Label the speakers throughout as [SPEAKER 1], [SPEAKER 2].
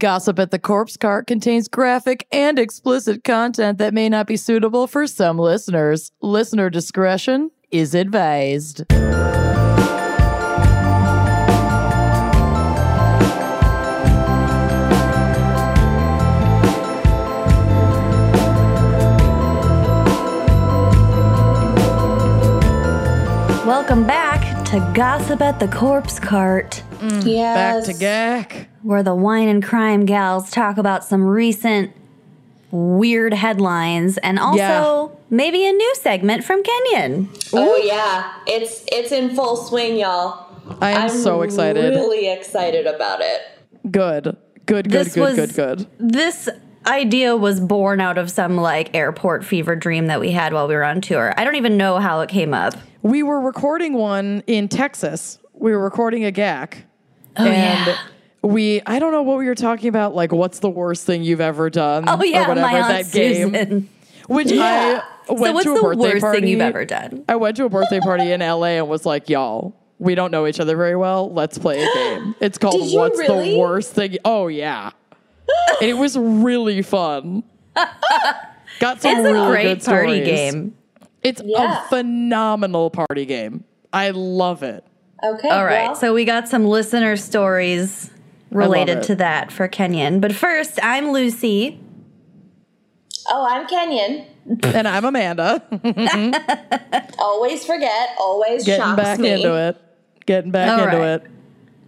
[SPEAKER 1] Gossip at the Corpse Cart contains graphic and explicit content that may not be suitable for some listeners. Listener discretion is advised.
[SPEAKER 2] Welcome back to Gossip at the Corpse Cart,
[SPEAKER 1] Back
[SPEAKER 3] Yes.
[SPEAKER 1] to Gak.
[SPEAKER 2] where the wine and crime gals talk about some recent weird headlines and also
[SPEAKER 1] Yeah.
[SPEAKER 2] maybe a new segment from Kenyon.
[SPEAKER 3] Oh yeah, it's it's in full swing, y'all.
[SPEAKER 1] I am so excited.
[SPEAKER 3] Really excited about it.
[SPEAKER 1] Good. Good, good,
[SPEAKER 2] This
[SPEAKER 1] good,
[SPEAKER 2] was-
[SPEAKER 1] good, good.
[SPEAKER 2] This idea was born out of some like airport fever dream that we had while we were on tour. I don't even know how it came up.
[SPEAKER 1] We were recording one in Texas. We were recording a GAC. and
[SPEAKER 2] Oh, yeah.
[SPEAKER 1] we, I don't know what we were talking about, like what's the worst thing you've ever done
[SPEAKER 2] Oh yeah,
[SPEAKER 1] or whatever
[SPEAKER 2] my aunt
[SPEAKER 1] that game.
[SPEAKER 2] Susan.
[SPEAKER 1] Which
[SPEAKER 3] Yeah.
[SPEAKER 1] I went
[SPEAKER 2] So what's
[SPEAKER 1] to a
[SPEAKER 2] the
[SPEAKER 1] birthday
[SPEAKER 2] worst
[SPEAKER 1] party.
[SPEAKER 2] thing you've ever done?
[SPEAKER 1] I went to a birthday party in LA and was like, y'all, we don't know each other very well. Let's play a game. It's called
[SPEAKER 3] Did you
[SPEAKER 1] What's the
[SPEAKER 3] really?
[SPEAKER 1] Worst Thing? Oh, yeah. and it was really fun. Got some
[SPEAKER 2] It's
[SPEAKER 1] really
[SPEAKER 2] a
[SPEAKER 1] good
[SPEAKER 2] great
[SPEAKER 1] stories.
[SPEAKER 2] party game.
[SPEAKER 1] It's
[SPEAKER 3] Yeah.
[SPEAKER 1] a phenomenal party game. I love it.
[SPEAKER 3] Okay.
[SPEAKER 2] All right,
[SPEAKER 3] well,
[SPEAKER 2] so we got some listener stories
[SPEAKER 1] it.
[SPEAKER 2] related to that for Kenyon. But first, I'm Lucy.
[SPEAKER 3] oh, I'm Kenyon.
[SPEAKER 1] And I'm Amanda,
[SPEAKER 3] Always forget. Always
[SPEAKER 1] getting
[SPEAKER 3] shocks
[SPEAKER 1] back
[SPEAKER 3] me.
[SPEAKER 1] into it. Getting back
[SPEAKER 2] All
[SPEAKER 1] into
[SPEAKER 2] right.
[SPEAKER 1] it.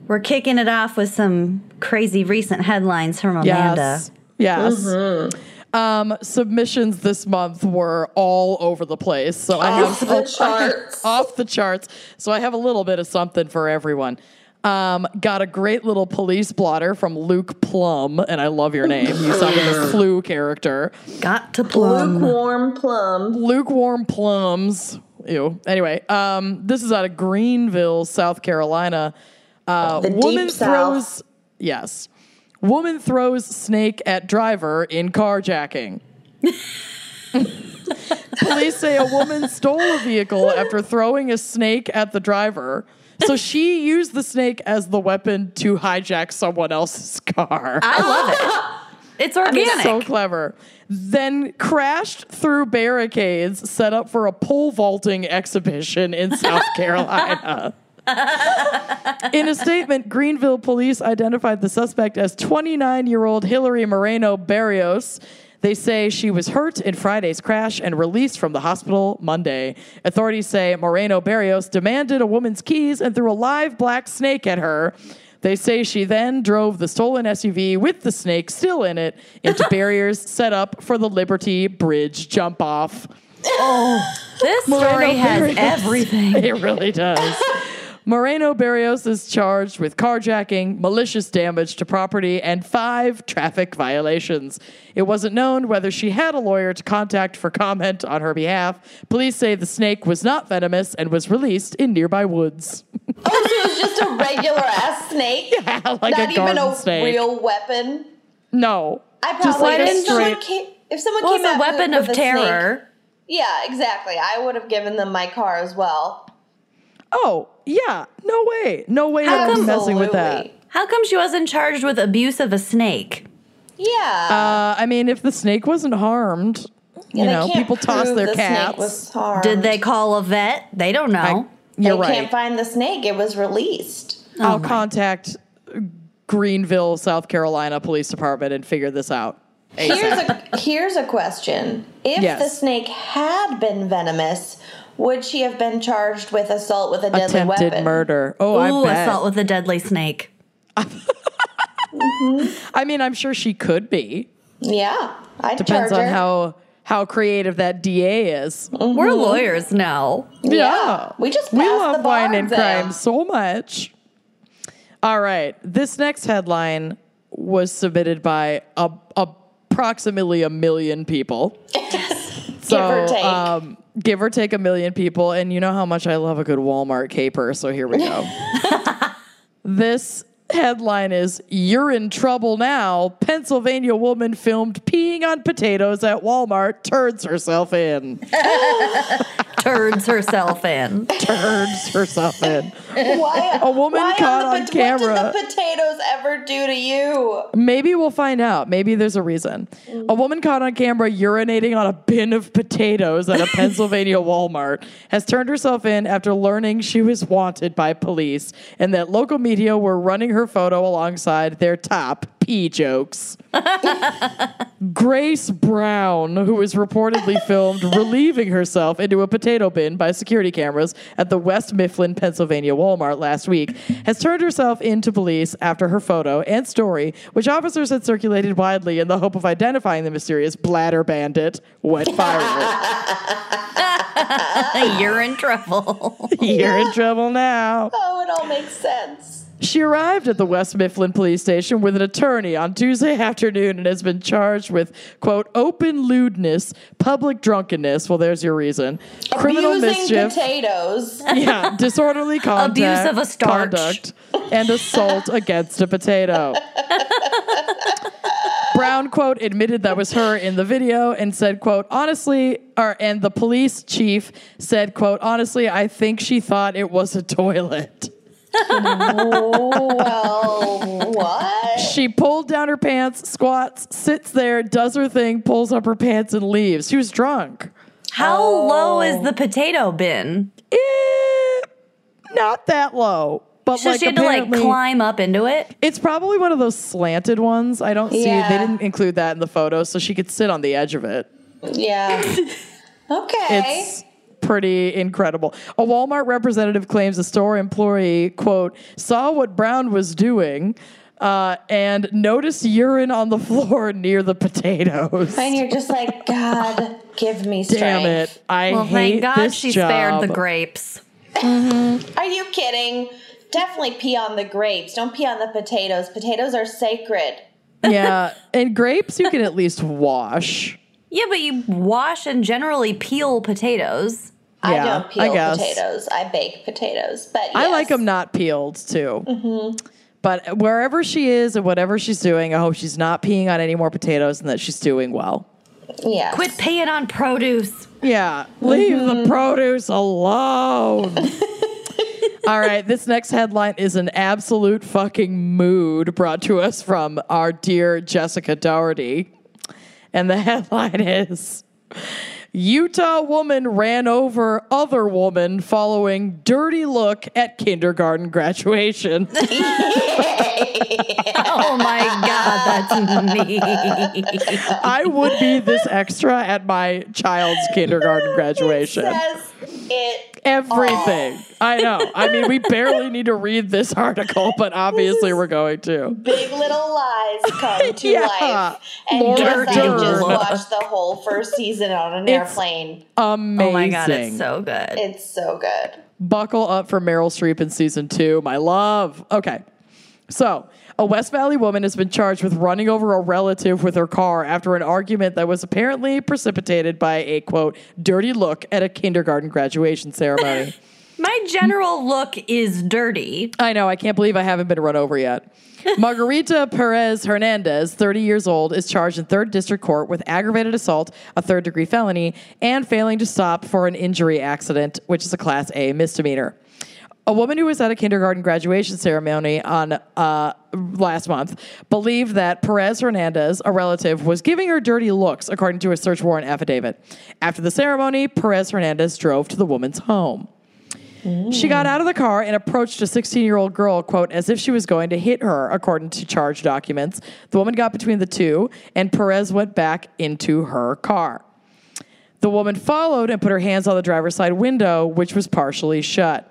[SPEAKER 2] We're kicking it off with some crazy recent headlines from Amanda.
[SPEAKER 1] Yes. Yes. Um, submissions this month were all over the place. So I have
[SPEAKER 3] Off the charts.
[SPEAKER 1] off the charts. So I have a little bit of something for everyone. Um, got a great little police blotter from Luke Plum, and I love your name. You sound like a flu character.
[SPEAKER 2] Got to plum.
[SPEAKER 3] Lukewarm plum.
[SPEAKER 1] Lukewarm plums. Ew. Anyway, um, this is out of Greenville, South Carolina. Uh,
[SPEAKER 3] The deep
[SPEAKER 1] woman throws.
[SPEAKER 3] South.
[SPEAKER 1] Yes. Woman throws snake at driver in carjacking. Police say a woman stole a vehicle after throwing a snake at the driver. So she used the snake as the weapon to hijack someone else's car.
[SPEAKER 2] I love it. It's organic.
[SPEAKER 1] So clever. Then crashed through barricades set up for a pole vaulting exhibition in South Carolina. in a statement, Greenville police identified the suspect as 29 year old Hillary Moreno Barrios. They say she was hurt in Friday's crash and released from the hospital Monday. Authorities say Moreno Barrios demanded a woman's keys and threw a live black snake at her. They say she then drove the stolen SUV with the snake still in it into barriers set up for the Liberty Bridge jump off.
[SPEAKER 2] this story has everything.
[SPEAKER 1] It really does. Moreno Barrios is charged with carjacking, malicious damage to property, and five traffic violations. It wasn't known whether she had a lawyer to contact for comment on her behalf. Police say the snake was not venomous and was released in nearby woods.
[SPEAKER 3] Oh, so it was just a regular ass snake.
[SPEAKER 1] like
[SPEAKER 3] Not
[SPEAKER 1] a
[SPEAKER 3] even
[SPEAKER 1] garden
[SPEAKER 3] a
[SPEAKER 1] snake.
[SPEAKER 3] real weapon.
[SPEAKER 1] no.
[SPEAKER 3] I probably
[SPEAKER 1] Just like
[SPEAKER 3] if
[SPEAKER 1] a
[SPEAKER 3] someone
[SPEAKER 1] straight.
[SPEAKER 3] came, if someone
[SPEAKER 2] Well,
[SPEAKER 3] came
[SPEAKER 2] it's
[SPEAKER 3] out
[SPEAKER 2] a weapon
[SPEAKER 3] with,
[SPEAKER 2] of
[SPEAKER 3] with a snake-
[SPEAKER 2] terror.
[SPEAKER 3] yeah, exactly. I would have given them my car as well.
[SPEAKER 1] Oh, yeah. No way. No way that I'm messing with that.
[SPEAKER 3] Absolutely.
[SPEAKER 2] How come she wasn't charged with abuse of a snake?
[SPEAKER 3] Yeah.
[SPEAKER 1] Uh, I mean, if the snake wasn't harmed, you
[SPEAKER 3] they
[SPEAKER 1] know,
[SPEAKER 3] can't
[SPEAKER 1] people toss
[SPEAKER 3] prove
[SPEAKER 1] their
[SPEAKER 3] the
[SPEAKER 1] cats.
[SPEAKER 3] Snake was harmed.
[SPEAKER 2] Did they call a vet? They don't know.
[SPEAKER 3] They
[SPEAKER 1] You're right.
[SPEAKER 3] can't find the snake. It was released.
[SPEAKER 1] I'll contact Greenville, South Carolina Police Department and figure this out.
[SPEAKER 3] Here's a here's a question. If
[SPEAKER 1] Yes.
[SPEAKER 3] the snake had been venomous, would she have been charged with assault with a deadly
[SPEAKER 1] Attempted
[SPEAKER 3] weapon?
[SPEAKER 1] murder. Oh, I
[SPEAKER 2] Ooh,
[SPEAKER 1] bet.
[SPEAKER 2] assault with a deadly snake.
[SPEAKER 1] I mean, I'm sure she could be.
[SPEAKER 3] Yeah, I'd
[SPEAKER 1] Depends
[SPEAKER 3] charge
[SPEAKER 1] on
[SPEAKER 3] her.
[SPEAKER 1] how how creative that DA is.
[SPEAKER 2] We're lawyers now.
[SPEAKER 3] Yeah. We just
[SPEAKER 1] we
[SPEAKER 3] passed
[SPEAKER 1] love
[SPEAKER 3] the bar
[SPEAKER 1] wine and
[SPEAKER 3] exam.
[SPEAKER 1] crime so much. All right, this next headline was submitted by a, approximately a million people.
[SPEAKER 3] give or take.
[SPEAKER 1] Um, give or take a million people. And you know how much I love a good Walmart caper. So here we go. this headline is You're in Trouble Now. Pennsylvania woman filmed peeing on potatoes at Walmart turns herself in.
[SPEAKER 2] Turds herself in.
[SPEAKER 1] Turns herself in.
[SPEAKER 3] Why?
[SPEAKER 1] A woman
[SPEAKER 3] why
[SPEAKER 1] caught
[SPEAKER 3] the
[SPEAKER 1] on
[SPEAKER 3] pot-
[SPEAKER 1] camera.
[SPEAKER 3] What did the potatoes ever do to you?
[SPEAKER 1] Maybe we'll find out. Maybe there's a reason. A woman caught on camera urinating on a bin of potatoes at a Pennsylvania Walmart has turned herself in after learning she was wanted by police and that local media were running her photo alongside their top pee jokes. Grace Brown, who was reportedly filmed relieving herself into a potato bin by security cameras at the West Mifflin, Pennsylvania Walmart last week, has turned herself in to police after her photo and story, which officers had circulated widely in the hope of identifying the mysterious bladder bandit, wet firework.
[SPEAKER 2] You're in trouble.
[SPEAKER 1] You're in trouble now.
[SPEAKER 3] Oh, it all makes sense.
[SPEAKER 1] She arrived at the West Mifflin police station with an attorney on Tuesday afternoon and has been charged with, quote, open lewdness, public drunkenness. Well, there's your reason. Criminal
[SPEAKER 3] Abusing
[SPEAKER 1] mischief.
[SPEAKER 3] potatoes.
[SPEAKER 1] yeah, disorderly conduct,
[SPEAKER 2] Abuse of a starch.
[SPEAKER 1] conduct, and assault against a potato. Brown quote admitted that was her in the video and said quote honestly or and the police chief said quote honestly I think she thought it was a toilet.
[SPEAKER 3] well, what?
[SPEAKER 1] She pulled down her pants, squats, sits there, does her thing, pulls up her pants, and leaves. She was drunk.
[SPEAKER 2] How low is the potato bin?
[SPEAKER 1] Eh, not that low. But
[SPEAKER 2] So
[SPEAKER 1] like
[SPEAKER 2] she had to like
[SPEAKER 1] apparently-
[SPEAKER 2] climb up into it.
[SPEAKER 1] It's probably one of those slanted ones. I don't see.
[SPEAKER 3] Yeah.
[SPEAKER 1] They didn't include that in the photo, so she could sit on the edge of it.
[SPEAKER 3] Yeah. Okay.
[SPEAKER 1] It's pretty incredible. A Walmart representative claims a store employee, quote, saw what Brown was doing uh, and noticed urine on the floor near the potatoes.
[SPEAKER 3] and you're just like, God, give me strength.
[SPEAKER 1] Damn it. I
[SPEAKER 2] Well,
[SPEAKER 1] hate
[SPEAKER 2] thank God
[SPEAKER 1] this
[SPEAKER 2] she
[SPEAKER 1] job.
[SPEAKER 2] spared the grapes.
[SPEAKER 3] Are you kidding? Definitely pee on the grapes. Don't pee on the potatoes. Potatoes are sacred.
[SPEAKER 1] yeah. And grapes you can at least wash.
[SPEAKER 2] Yeah, but you wash and generally peel potatoes.
[SPEAKER 1] Yeah,
[SPEAKER 3] I don't peel
[SPEAKER 1] I guess.
[SPEAKER 3] potatoes. I bake potatoes. But
[SPEAKER 1] I
[SPEAKER 3] yes.
[SPEAKER 1] like them not peeled too. Mm-hmm. But wherever she is and whatever she's doing, I hope she's not peeing on any more potatoes and that she's doing well.
[SPEAKER 3] Yeah.
[SPEAKER 2] Quit paying on produce.
[SPEAKER 1] Yeah, leave the produce alone. All right, this next headline is an absolute fucking mood brought to us from our dear Jessica Doherty. And the headline is Utah woman ran over other woman following dirty look at kindergarten graduation.
[SPEAKER 2] Oh my God, that's me.
[SPEAKER 1] I would be this extra at my child's kindergarten graduation.
[SPEAKER 3] Says it.
[SPEAKER 1] Everything.
[SPEAKER 2] Oh.
[SPEAKER 1] I know. I mean, we barely need to read this article, but obviously we're going to.
[SPEAKER 3] Big Little Lies come to
[SPEAKER 1] Yeah.
[SPEAKER 3] life. And
[SPEAKER 1] Laura
[SPEAKER 3] yes, I
[SPEAKER 2] Dern.
[SPEAKER 3] just watched the whole first season on an
[SPEAKER 1] It's-
[SPEAKER 3] airplane.
[SPEAKER 1] Amazing.
[SPEAKER 2] Oh my God, it's so good.
[SPEAKER 3] It's so good.
[SPEAKER 1] Buckle up for Meryl Streep in season two, my love. Okay. So, a West Valley woman has been charged with running over a relative with her car after an argument that was apparently precipitated by a quote, dirty look at a kindergarten graduation ceremony.
[SPEAKER 2] My general look is dirty.
[SPEAKER 1] I know. I can't believe I haven't been run over yet. Margarita Perez Hernandez, 30 years old, is charged in third district court with aggravated assault, a third degree felony, and failing to stop for an injury accident, which is a class A misdemeanor. A woman who was at a kindergarten graduation ceremony on uh, last month believed that Perez Hernandez, a relative, was giving her dirty looks, according to a search warrant affidavit. After the ceremony, Perez Hernandez drove to the woman's home. She got out of the car and approached a 16 year old girl, quote, as if she was going to hit her, according to charge documents. The woman got between the two, and Perez went back into her car. The woman followed and put her hands on the driver's side window, which was partially shut.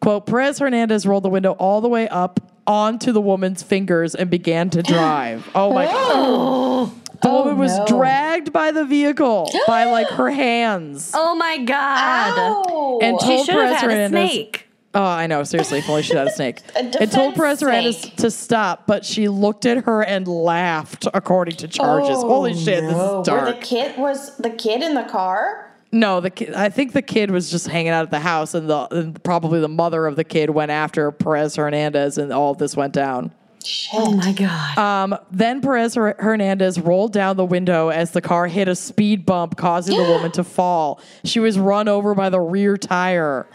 [SPEAKER 1] Quote, Perez Hernandez rolled the window all the way up onto the woman's fingers and began to drive. Oh my God.
[SPEAKER 2] Oh.
[SPEAKER 1] The woman was
[SPEAKER 3] no.
[SPEAKER 1] dragged by the vehicle by like her hands.
[SPEAKER 2] Oh my God.
[SPEAKER 3] Ow.
[SPEAKER 1] And
[SPEAKER 2] She
[SPEAKER 1] told
[SPEAKER 2] should have
[SPEAKER 1] Perez
[SPEAKER 2] had a
[SPEAKER 1] Hernandez-
[SPEAKER 2] snake.
[SPEAKER 1] Oh, I know. Seriously, if only she had a snake.
[SPEAKER 3] A
[SPEAKER 1] it told
[SPEAKER 3] defense
[SPEAKER 1] Perez Hernandez
[SPEAKER 3] snake.
[SPEAKER 1] to stop, but she looked at her and laughed, according to charges. Holy shit,
[SPEAKER 3] Oh, no.
[SPEAKER 1] this is dark.
[SPEAKER 3] Were the kid was the kid in the car?
[SPEAKER 1] no, the kid, I think the kid was just hanging out at the house, and, the, and probably the mother of the kid went after Perez Hernandez, and all of this went down.
[SPEAKER 3] Shit.
[SPEAKER 2] Oh my God.
[SPEAKER 1] Um, then Perez Her- Hernandez rolled down the window as the car hit a speed bump, causing the woman to fall. She was run over by the rear tire.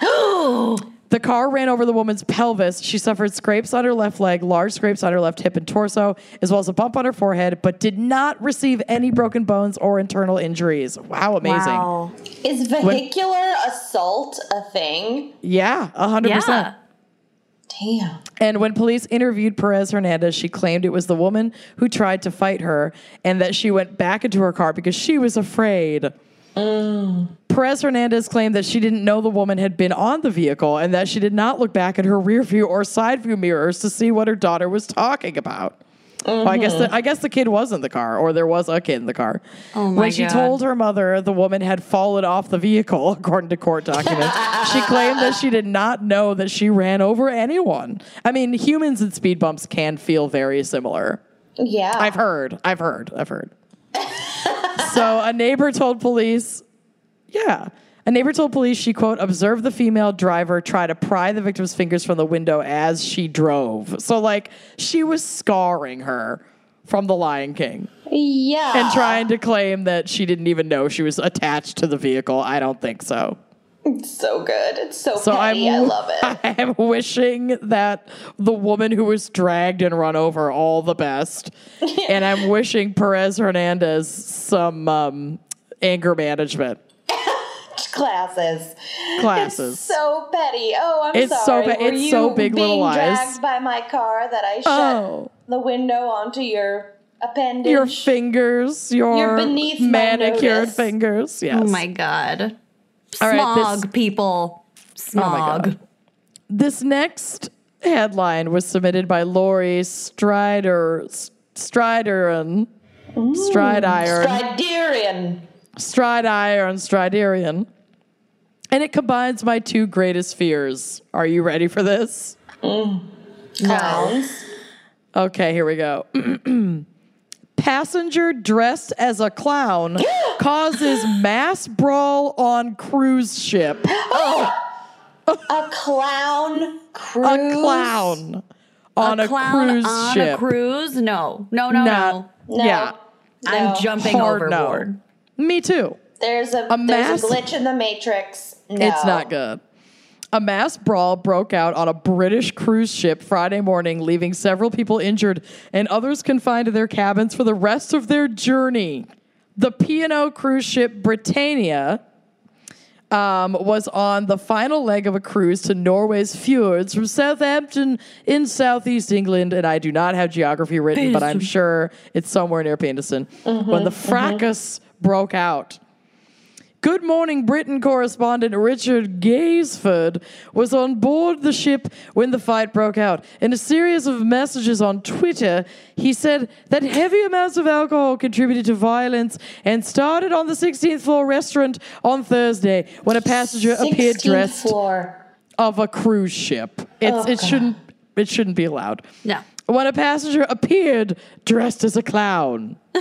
[SPEAKER 1] The car ran over the woman's pelvis. She suffered scrapes on her left leg, large scrapes on her left hip and torso, as well as a bump on her forehead, but did not receive any broken bones or internal injuries. Wow, amazing.
[SPEAKER 2] Wow.
[SPEAKER 3] Is vehicular assault a thing?
[SPEAKER 1] Yeah, 100%.
[SPEAKER 2] Yeah.
[SPEAKER 3] Damn.
[SPEAKER 1] And when police interviewed Perez Hernandez, she claimed it was the woman who tried to fight her and that she went back into her car because she was afraid. Perez Hernandez claimed that she didn't know the woman had been on the vehicle and that she did not look back at her rear view or side view mirrors to see what her daughter was talking about. Well, I guess the, I guess the kid was in the car, or there was a kid in the car.
[SPEAKER 2] Mm-hmm. Oh my
[SPEAKER 1] when she
[SPEAKER 2] God.
[SPEAKER 1] told her mother the woman had fallen off the vehicle, according to court documents, she claimed that she did not know that she ran over anyone. I mean, humans and speed bumps can feel very similar.
[SPEAKER 3] Yeah.
[SPEAKER 1] I've heard. I've heard. I've heard. so a neighbor told police, yeah. A neighbor told police she, quote, observed the female driver try to pry the victim's fingers from the window as she drove. So, like, she was scarring her from The Lion King
[SPEAKER 3] yeah.
[SPEAKER 1] and trying to claim that she didn't even know she was attached to the vehicle. I don't think so.
[SPEAKER 3] It's so good. It's so,
[SPEAKER 1] So
[SPEAKER 3] petty. i
[SPEAKER 1] I'm,
[SPEAKER 3] love it.
[SPEAKER 1] I'm wishing that the woman who was dragged and run over all the best, and I'm wishing Perez Hernandez some um, anger management
[SPEAKER 3] Classes.
[SPEAKER 1] classes.
[SPEAKER 3] So petty. Oh, I'm
[SPEAKER 1] It's so
[SPEAKER 3] sorry.
[SPEAKER 1] ba-
[SPEAKER 3] Were
[SPEAKER 1] it's so
[SPEAKER 3] you
[SPEAKER 1] Big Little
[SPEAKER 3] being
[SPEAKER 1] Lies.
[SPEAKER 3] dragged by my car that I shut
[SPEAKER 1] Oh.
[SPEAKER 3] the window onto your appendage.
[SPEAKER 1] your fingers, your
[SPEAKER 3] You're beneath my
[SPEAKER 1] manicured
[SPEAKER 3] notice.
[SPEAKER 1] fingers. Yes.
[SPEAKER 2] Oh my god.
[SPEAKER 1] All
[SPEAKER 2] Smog
[SPEAKER 1] right, this- Oh
[SPEAKER 2] people. Smog.
[SPEAKER 1] God. This next headline was submitted by Lori Strider Striderin. Stridiron.
[SPEAKER 3] Striderian.
[SPEAKER 1] stride iron, striderian. And it combines my two greatest fears. Are you ready for this?
[SPEAKER 3] Clowns.
[SPEAKER 1] Okay, here we go. Passenger dressed as a clown causes mass brawl on cruise ship.
[SPEAKER 3] A clown cruise.
[SPEAKER 1] A clown on a,
[SPEAKER 2] Clown
[SPEAKER 1] cruise
[SPEAKER 2] on
[SPEAKER 1] ship.
[SPEAKER 2] a cruise? No. No, no, no.
[SPEAKER 3] No.
[SPEAKER 1] Yeah.
[SPEAKER 2] I'm
[SPEAKER 3] No.
[SPEAKER 2] jumping
[SPEAKER 1] Hard no.
[SPEAKER 2] overboard.
[SPEAKER 1] Me too.
[SPEAKER 3] There's a,
[SPEAKER 1] mass-
[SPEAKER 3] there's a glitch in the matrix. No.
[SPEAKER 1] It's not good. A mass brawl broke out on a British cruise ship Friday morning, leaving several people injured and others confined to their cabins for the rest of their journey. The P&O cruise ship Britannia um, was on the final leg of a cruise to Norway's fjords from Southampton in southeast England, and I do not have geography written, but I'm sure it's somewhere near Peniston, when the fracas broke out. Good Morning Britain correspondent Richard Gaysford was on board the ship when the fight broke out. In a series of messages on Twitter, he said that heavy amounts of alcohol contributed to violence and started on the 16th floor restaurant on Thursday when a passenger appeared
[SPEAKER 3] 16th
[SPEAKER 1] dressed
[SPEAKER 3] floor.
[SPEAKER 1] of a cruise ship. It's,
[SPEAKER 3] Oh,
[SPEAKER 1] it shouldn't it shouldn't be allowed.
[SPEAKER 2] No.
[SPEAKER 1] When a passenger appeared dressed as a clown.
[SPEAKER 3] Uh,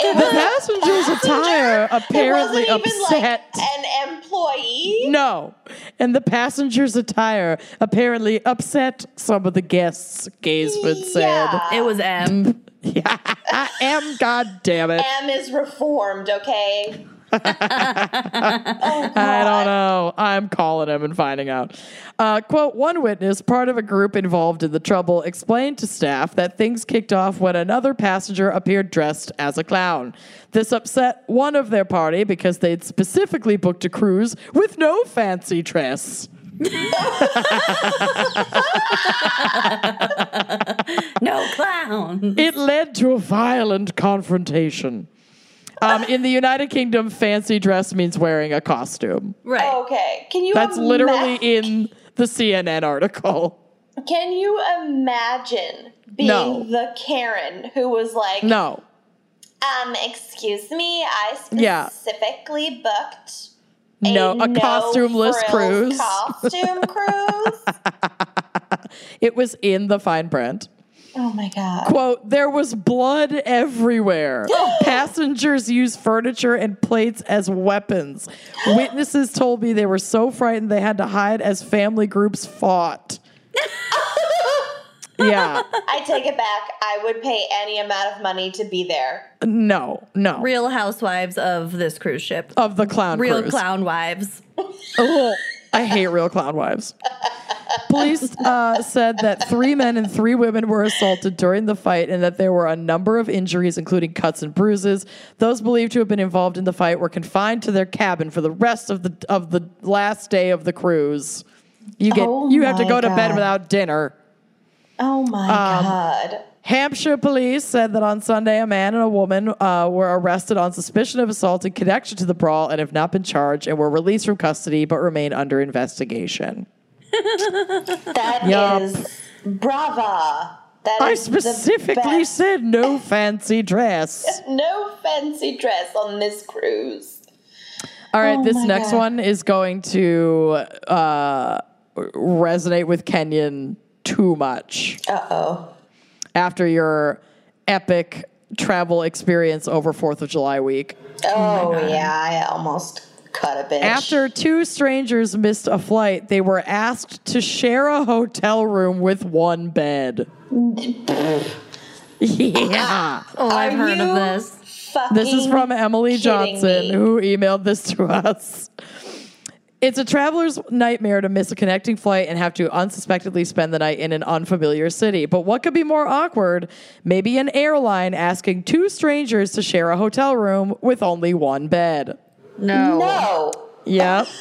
[SPEAKER 3] It
[SPEAKER 1] The
[SPEAKER 3] was-
[SPEAKER 1] passenger's attire apparently
[SPEAKER 3] it wasn't even
[SPEAKER 1] upset.
[SPEAKER 3] like an employee.
[SPEAKER 1] No. And the passenger's attire apparently upset some of the guests, Gaysford said.
[SPEAKER 3] Yeah.
[SPEAKER 2] It was M.
[SPEAKER 1] I am, god damn it.
[SPEAKER 3] M is reformed, okay? Oh,
[SPEAKER 1] I don't know. Oh, I'm calling him and finding out. Uh, quote One witness, part of a group involved in the trouble, explained to staff that things kicked off when another passenger appeared dressed as a clown. This upset one of their party because they'd specifically booked a cruise with no fancy dress.
[SPEAKER 2] No clown.
[SPEAKER 1] It led to a violent confrontation. Um, in the United Kingdom, fancy dress means wearing a costume.
[SPEAKER 2] Right.
[SPEAKER 3] Okay. Can you
[SPEAKER 1] That's literally
[SPEAKER 3] ima-
[SPEAKER 1] in the CNN article.
[SPEAKER 3] Can you imagine being
[SPEAKER 1] No.
[SPEAKER 3] the Karen who was like,
[SPEAKER 1] No.
[SPEAKER 3] um, excuse me, I
[SPEAKER 1] Yeah.
[SPEAKER 3] specifically booked
[SPEAKER 1] No, a costumeless
[SPEAKER 3] frills
[SPEAKER 1] cruise.
[SPEAKER 3] Costume cruise?
[SPEAKER 1] It was in the fine print.
[SPEAKER 3] oh my god.
[SPEAKER 1] Quote, there was blood everywhere. Passengers used furniture and plates as weapons. Witnesses told me they were so frightened they had to hide as family groups fought. yeah.
[SPEAKER 3] I take it back. I would pay any amount of money to be there.
[SPEAKER 1] No, no.
[SPEAKER 2] Real housewives of this cruise ship.
[SPEAKER 1] of the clown
[SPEAKER 2] Real
[SPEAKER 1] cruise.
[SPEAKER 2] clown wives.
[SPEAKER 1] Oh, I hate real clown wives. Police uh, said that three men and three women were assaulted during the fight and that there were a number of injuries, including cuts and bruises. Those believed to have been involved in the fight were confined to their cabin for the rest of the of the last day of the cruise. You get
[SPEAKER 3] Oh
[SPEAKER 1] you have to
[SPEAKER 3] my
[SPEAKER 1] go to bed
[SPEAKER 3] God.
[SPEAKER 1] without dinner.
[SPEAKER 3] Oh my
[SPEAKER 1] Um,
[SPEAKER 3] god.
[SPEAKER 1] Hampshire police said that on Sunday, a man and a woman uh, were arrested on suspicion of assault in connection to the brawl and have not been charged and were released from custody but remain under investigation.
[SPEAKER 3] That is
[SPEAKER 1] Yup.
[SPEAKER 3] brava. That
[SPEAKER 1] I
[SPEAKER 3] is the
[SPEAKER 1] specifically
[SPEAKER 3] best.
[SPEAKER 1] said no fancy dress.
[SPEAKER 3] no fancy dress on this cruise.
[SPEAKER 1] All right,
[SPEAKER 3] Oh
[SPEAKER 1] this
[SPEAKER 3] my
[SPEAKER 1] next
[SPEAKER 3] God.
[SPEAKER 1] one is going to uh, resonate with Kenyon too much
[SPEAKER 3] Uh oh.
[SPEAKER 1] after your epic travel experience over 4th of July week.
[SPEAKER 3] Oh yeah, I almost cut a bitch.
[SPEAKER 1] After two strangers missed a flight, they were asked to share a hotel room with one bed. yeah.
[SPEAKER 2] Oh, I've
[SPEAKER 3] Are
[SPEAKER 2] heard
[SPEAKER 3] you
[SPEAKER 2] of this.
[SPEAKER 3] fucking
[SPEAKER 1] This is from Emily
[SPEAKER 3] kidding
[SPEAKER 1] Johnson,
[SPEAKER 3] me?
[SPEAKER 1] who emailed this to us. It's a traveler's nightmare to miss a connecting flight and have to unsuspectedly spend the night in an unfamiliar city. But what could be more awkward? Maybe an airline asking two strangers to share a hotel room with only one bed.
[SPEAKER 2] No.
[SPEAKER 3] No.
[SPEAKER 1] Yeah.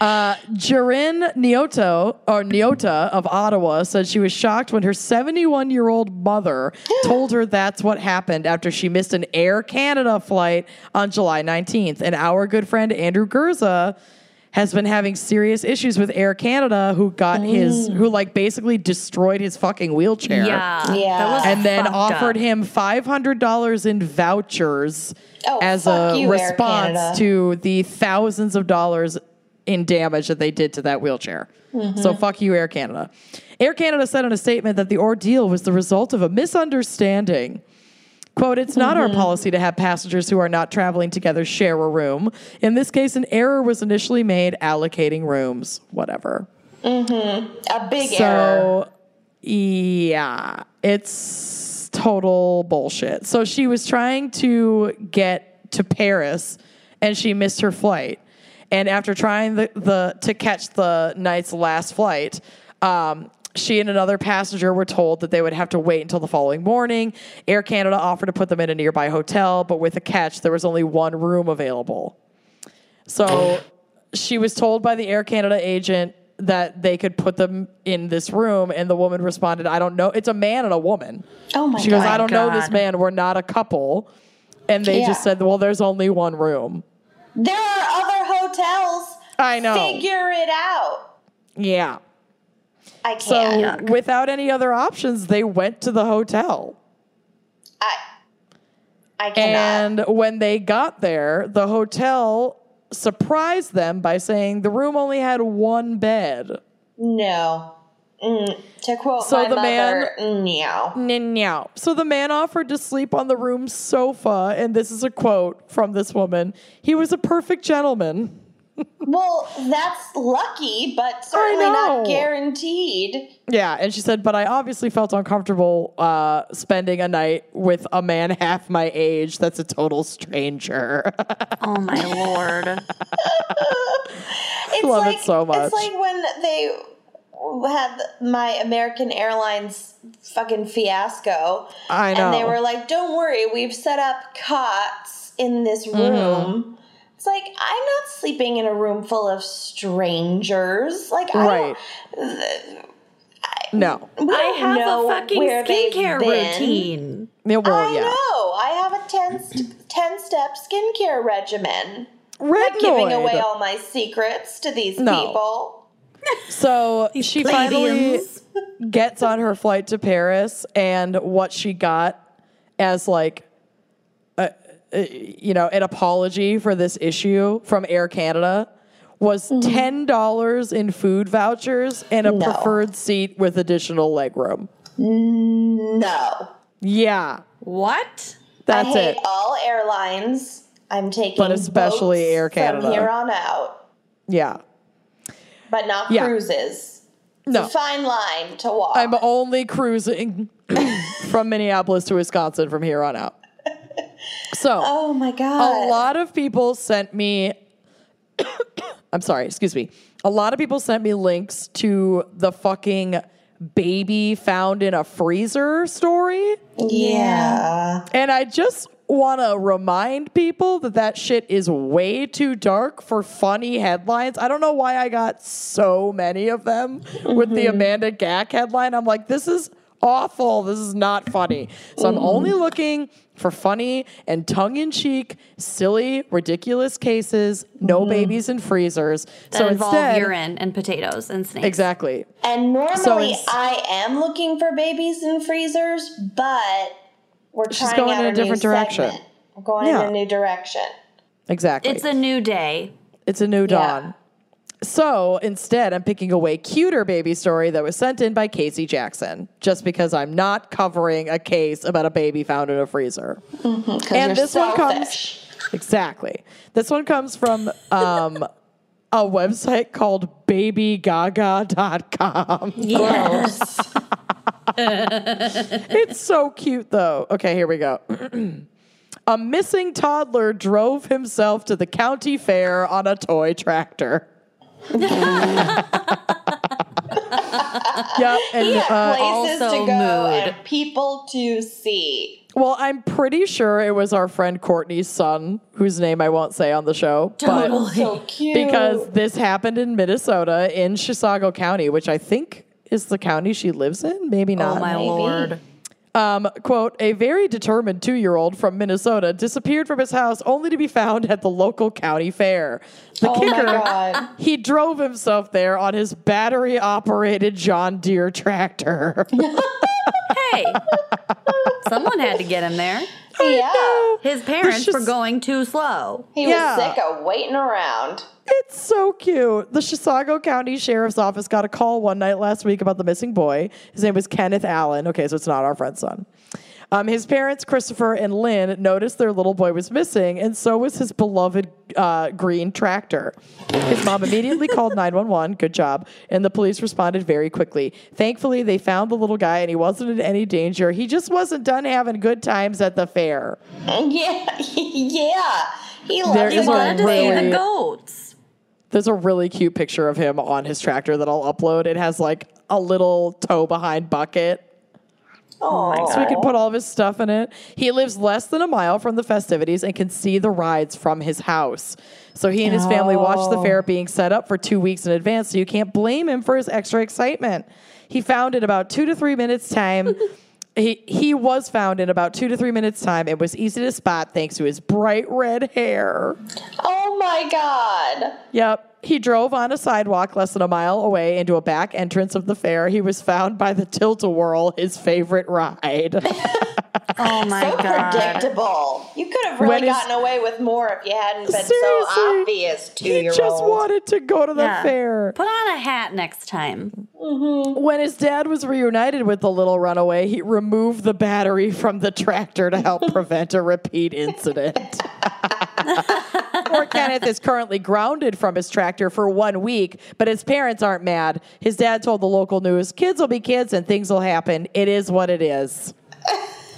[SPEAKER 1] Uh, Jaren Nioto or Niota of Ottawa said she was shocked when her 71 year old mother told her that's what happened after she missed an Air Canada flight on July 19th. And our good friend Andrew Gerza has been having serious issues with Air Canada, who got his, who like basically destroyed his fucking wheelchair
[SPEAKER 2] Yeah.
[SPEAKER 3] Yeah.
[SPEAKER 2] That was
[SPEAKER 1] and then
[SPEAKER 2] fucked
[SPEAKER 1] offered
[SPEAKER 2] up.
[SPEAKER 1] him five hundred dollars in vouchers
[SPEAKER 3] Oh,
[SPEAKER 1] as
[SPEAKER 3] fuck
[SPEAKER 1] a
[SPEAKER 3] you, Air Canada.
[SPEAKER 1] response to the thousands of dollars in damage that they did to that wheelchair. So
[SPEAKER 3] Mm-hmm.
[SPEAKER 1] fuck you, Air Canada. Air Canada said in a statement that the ordeal was the result of a misunderstanding. Quote, it's not
[SPEAKER 3] Mm-hmm.
[SPEAKER 1] our policy to have passengers who are not traveling together share a room. In this case, an error was initially made allocating rooms, whatever.
[SPEAKER 3] A big error.
[SPEAKER 1] So, yeah, it's total bullshit. So she was trying to get to Paris and she missed her flight. And after trying the, the to catch the night's last flight, um, she and another passenger were told that they would have to wait until the following morning. Air Canada offered to put them in a nearby hotel, but with a catch, there was only one room available.
[SPEAKER 3] Oh.
[SPEAKER 1] So she was told by the Air Canada agent that they could put them in this room, and the woman responded, I don't know. It's a man and a woman.
[SPEAKER 3] Oh my
[SPEAKER 1] She
[SPEAKER 3] god.
[SPEAKER 1] goes, I don't know this
[SPEAKER 2] God.
[SPEAKER 1] man. We're not a couple. And they
[SPEAKER 3] Yeah.
[SPEAKER 1] just said, Well, there's only one room.
[SPEAKER 3] There are other hotels.
[SPEAKER 1] I know.
[SPEAKER 3] Figure it out.
[SPEAKER 1] Yeah.
[SPEAKER 3] I can't.
[SPEAKER 1] So without any other options, they went to the hotel.
[SPEAKER 3] I I cannot.
[SPEAKER 1] And when they got there, the hotel surprised them by saying the room only had one bed.
[SPEAKER 3] no. Mm, to quote
[SPEAKER 1] So
[SPEAKER 3] my
[SPEAKER 1] the
[SPEAKER 3] mother, no.
[SPEAKER 1] Now, so the man offered to sleep on the room sofa, and this is a quote from this woman. He was a perfect gentleman.
[SPEAKER 3] Well, that's lucky, but certainly
[SPEAKER 1] know.
[SPEAKER 3] not guaranteed.
[SPEAKER 1] Yeah, and she said, but I obviously felt uncomfortable uh, spending a night with a man half my age that's a total stranger.
[SPEAKER 2] Oh my lord.
[SPEAKER 3] It's
[SPEAKER 1] Love it so much.
[SPEAKER 3] It's like when they had my American Airlines fucking fiasco.
[SPEAKER 1] I
[SPEAKER 3] And they
[SPEAKER 1] know.
[SPEAKER 3] were like, don't worry, we've set up cots in this
[SPEAKER 1] Mm-hmm.
[SPEAKER 3] room. It's like, I'm not sleeping in a room full of strangers. Like, I
[SPEAKER 1] right.
[SPEAKER 3] don't,
[SPEAKER 1] no.
[SPEAKER 3] we
[SPEAKER 2] I
[SPEAKER 3] don't
[SPEAKER 2] have
[SPEAKER 3] know
[SPEAKER 2] a fucking
[SPEAKER 3] where they've
[SPEAKER 2] skincare
[SPEAKER 3] been.
[SPEAKER 2] routine.
[SPEAKER 1] Yeah, well,
[SPEAKER 3] I
[SPEAKER 1] yeah.
[SPEAKER 3] know. I have a 10, st- 10 step skincare regimen.
[SPEAKER 1] Red
[SPEAKER 3] Giving
[SPEAKER 1] Noid.
[SPEAKER 3] away all my secrets to these
[SPEAKER 1] No.
[SPEAKER 3] people.
[SPEAKER 1] So she finally
[SPEAKER 2] plebeians.
[SPEAKER 1] gets on her flight to Paris, and what she got as like, a, a- you know, an apology for this issue from Air Canada was ten dollars in food vouchers and a
[SPEAKER 3] Mm-hmm. No.
[SPEAKER 1] preferred seat with additional legroom.
[SPEAKER 3] No.
[SPEAKER 1] Yeah,
[SPEAKER 2] What?
[SPEAKER 1] that's
[SPEAKER 3] I hate
[SPEAKER 1] it.
[SPEAKER 3] all airlines. I'm taking,
[SPEAKER 1] But especially
[SPEAKER 3] boats
[SPEAKER 1] Air Canada.
[SPEAKER 3] from here on out,
[SPEAKER 1] Yeah,
[SPEAKER 3] but not
[SPEAKER 1] Yeah.
[SPEAKER 3] cruises.
[SPEAKER 1] no,
[SPEAKER 3] Fine line to walk.
[SPEAKER 1] I'm only cruising from Minneapolis to Wisconsin from here on out. So.
[SPEAKER 3] oh my
[SPEAKER 1] a
[SPEAKER 3] god!
[SPEAKER 1] lot of people sent me I'm sorry, excuse me. A lot of people sent me links to the fucking baby found in a freezer story.
[SPEAKER 3] Yeah.
[SPEAKER 1] And I just want to remind people that that shit is way too dark for funny headlines. I don't know why I got so many of them with
[SPEAKER 2] Mm-hmm.
[SPEAKER 1] the Amanda Gack headline. I'm like, this is awful. This is not funny. So
[SPEAKER 2] Mm-hmm.
[SPEAKER 1] I'm only looking for funny and tongue in cheek, silly, ridiculous cases, no babies in freezers.
[SPEAKER 2] Mm-hmm. that
[SPEAKER 1] so
[SPEAKER 2] involve
[SPEAKER 1] instead,
[SPEAKER 2] urine and potatoes and snakes.
[SPEAKER 1] exactly.
[SPEAKER 3] And normally
[SPEAKER 1] it's-
[SPEAKER 3] I am looking for babies in freezers, but we're trying
[SPEAKER 1] going
[SPEAKER 3] out
[SPEAKER 1] in a different
[SPEAKER 3] new
[SPEAKER 1] direction.
[SPEAKER 3] segment. We're going
[SPEAKER 1] Yeah.
[SPEAKER 3] in a new direction.
[SPEAKER 1] Exactly.
[SPEAKER 2] It's a new day.
[SPEAKER 1] It's a new
[SPEAKER 3] Yeah.
[SPEAKER 1] dawn. So instead, I'm picking a way cuter baby story that was sent in by Casey Jackson, just because I'm not covering a case about a baby found in a freezer.
[SPEAKER 3] And
[SPEAKER 1] this one Exactly. This one comes from um, a website called babygaga.com.
[SPEAKER 2] Oh,
[SPEAKER 3] Gross.
[SPEAKER 1] It's so cute, though. Okay, here we go. a missing toddler drove himself to the county fair on a toy tractor. yep, and uh,
[SPEAKER 3] Places
[SPEAKER 2] also
[SPEAKER 3] to go
[SPEAKER 2] mood.
[SPEAKER 3] and people to see.
[SPEAKER 1] well, I'm pretty sure it was our friend Courtney's son, whose name I won't say on the show, but
[SPEAKER 2] Totally.
[SPEAKER 3] So cute.
[SPEAKER 1] because this happened in Minnesota in Chisago County, which I think is the county she lives in, maybe not.
[SPEAKER 2] oh my
[SPEAKER 3] maybe.
[SPEAKER 2] lord.
[SPEAKER 1] Um, quote, a very determined two year old from Minnesota disappeared from his house only to be found at the local county fair. The
[SPEAKER 3] oh my
[SPEAKER 1] kicker,
[SPEAKER 3] god.
[SPEAKER 1] he drove himself there on his battery operated John Deere tractor.
[SPEAKER 2] Hey. Someone had to get him there.
[SPEAKER 3] yeah.
[SPEAKER 2] His parents
[SPEAKER 1] just-
[SPEAKER 2] were going too slow.
[SPEAKER 3] He
[SPEAKER 1] Yeah.
[SPEAKER 3] was sick of waiting around.
[SPEAKER 1] It's so cute. The Chisago County Sheriff's Office got a call one night last week about the missing boy. His name was Kenneth Allen. Okay, so it's not our friend's son. Um, his parents, Christopher and Lynn, noticed their little boy was missing, and so was his beloved uh, green tractor. His mom immediately called 911. Good job. And the police responded very quickly. Thankfully, they found the little guy, and he wasn't in any danger. He just wasn't done having good times at the fair.
[SPEAKER 3] Yeah. yeah. He loved
[SPEAKER 1] There
[SPEAKER 3] it.
[SPEAKER 1] is a
[SPEAKER 2] He wanted to see
[SPEAKER 1] really-
[SPEAKER 2] the goats.
[SPEAKER 1] There's a really cute picture of him on his tractor that I'll upload. It has like a little tow behind bucket.
[SPEAKER 3] Aw.
[SPEAKER 1] So we can put all of his stuff in it. He lives less than a mile from the festivities and can see the rides from his house. So he and his family watched the fair being set up for two weeks in advance. So you can't blame him for his extra excitement. He found in about two to three minutes' time. He, he was found in about two to three minutes' time and was easy to spot thanks to his bright red hair.
[SPEAKER 3] Oh my god.
[SPEAKER 1] Yep. He drove on a sidewalk less than a mile away into a back entrance of the fair. He was found by the tilt a whirl, his favorite ride.
[SPEAKER 2] Oh my god.
[SPEAKER 3] Predictable. You could have really
[SPEAKER 1] When is-
[SPEAKER 3] gotten away with more if you hadn't been
[SPEAKER 1] Seriously.
[SPEAKER 3] so obvious to
[SPEAKER 1] he
[SPEAKER 3] your
[SPEAKER 1] just wanted to go to the
[SPEAKER 2] Yeah.
[SPEAKER 1] fair.
[SPEAKER 2] Put on a hat next time.
[SPEAKER 1] When his dad was reunited with the little runaway, he removed the battery from the tractor to help prevent a repeat incident. Poor Kenneth is currently grounded from his tractor for one week, but his parents aren't mad. His dad told the local news, "Kids will be kids, and things will happen. It is what it is."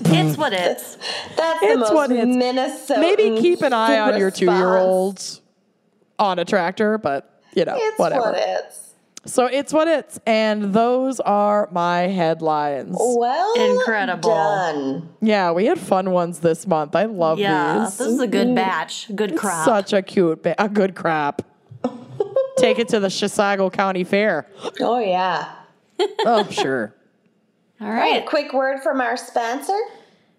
[SPEAKER 2] It's what it's.
[SPEAKER 3] That's the
[SPEAKER 1] It's
[SPEAKER 3] most
[SPEAKER 1] what it's-
[SPEAKER 3] Minnesota.
[SPEAKER 1] Maybe keep an eye on your
[SPEAKER 3] mm, response.
[SPEAKER 1] two year olds on a tractor, but you know,
[SPEAKER 3] It's
[SPEAKER 1] whatever.
[SPEAKER 3] what it's.
[SPEAKER 1] so it's what it's. And those are my headlines.
[SPEAKER 3] Well,
[SPEAKER 2] Incredible.
[SPEAKER 3] Done.
[SPEAKER 1] Yeah, we had fun ones this month. I love
[SPEAKER 2] Yeah.
[SPEAKER 1] these.
[SPEAKER 2] This is a good batch. Good crop.
[SPEAKER 1] Such a cute, ba- a good crop. Take it to the Chisago County Fair.
[SPEAKER 3] Oh yeah.
[SPEAKER 1] Oh, sure.
[SPEAKER 2] All
[SPEAKER 3] All right.
[SPEAKER 2] right.
[SPEAKER 3] Quick word from our sponsor.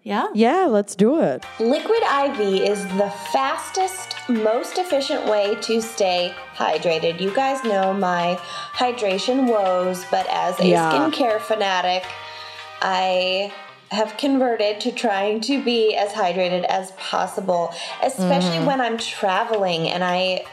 [SPEAKER 2] Yeah.
[SPEAKER 1] Yeah, let's do it.
[SPEAKER 3] Liquid IV is the fastest, most efficient way to stay hydrated. You guys know my hydration woes, but as a
[SPEAKER 1] Yeah.
[SPEAKER 3] skincare fanatic, I have converted to trying to be as hydrated as possible, especially
[SPEAKER 1] Mm.
[SPEAKER 3] when I'm traveling and I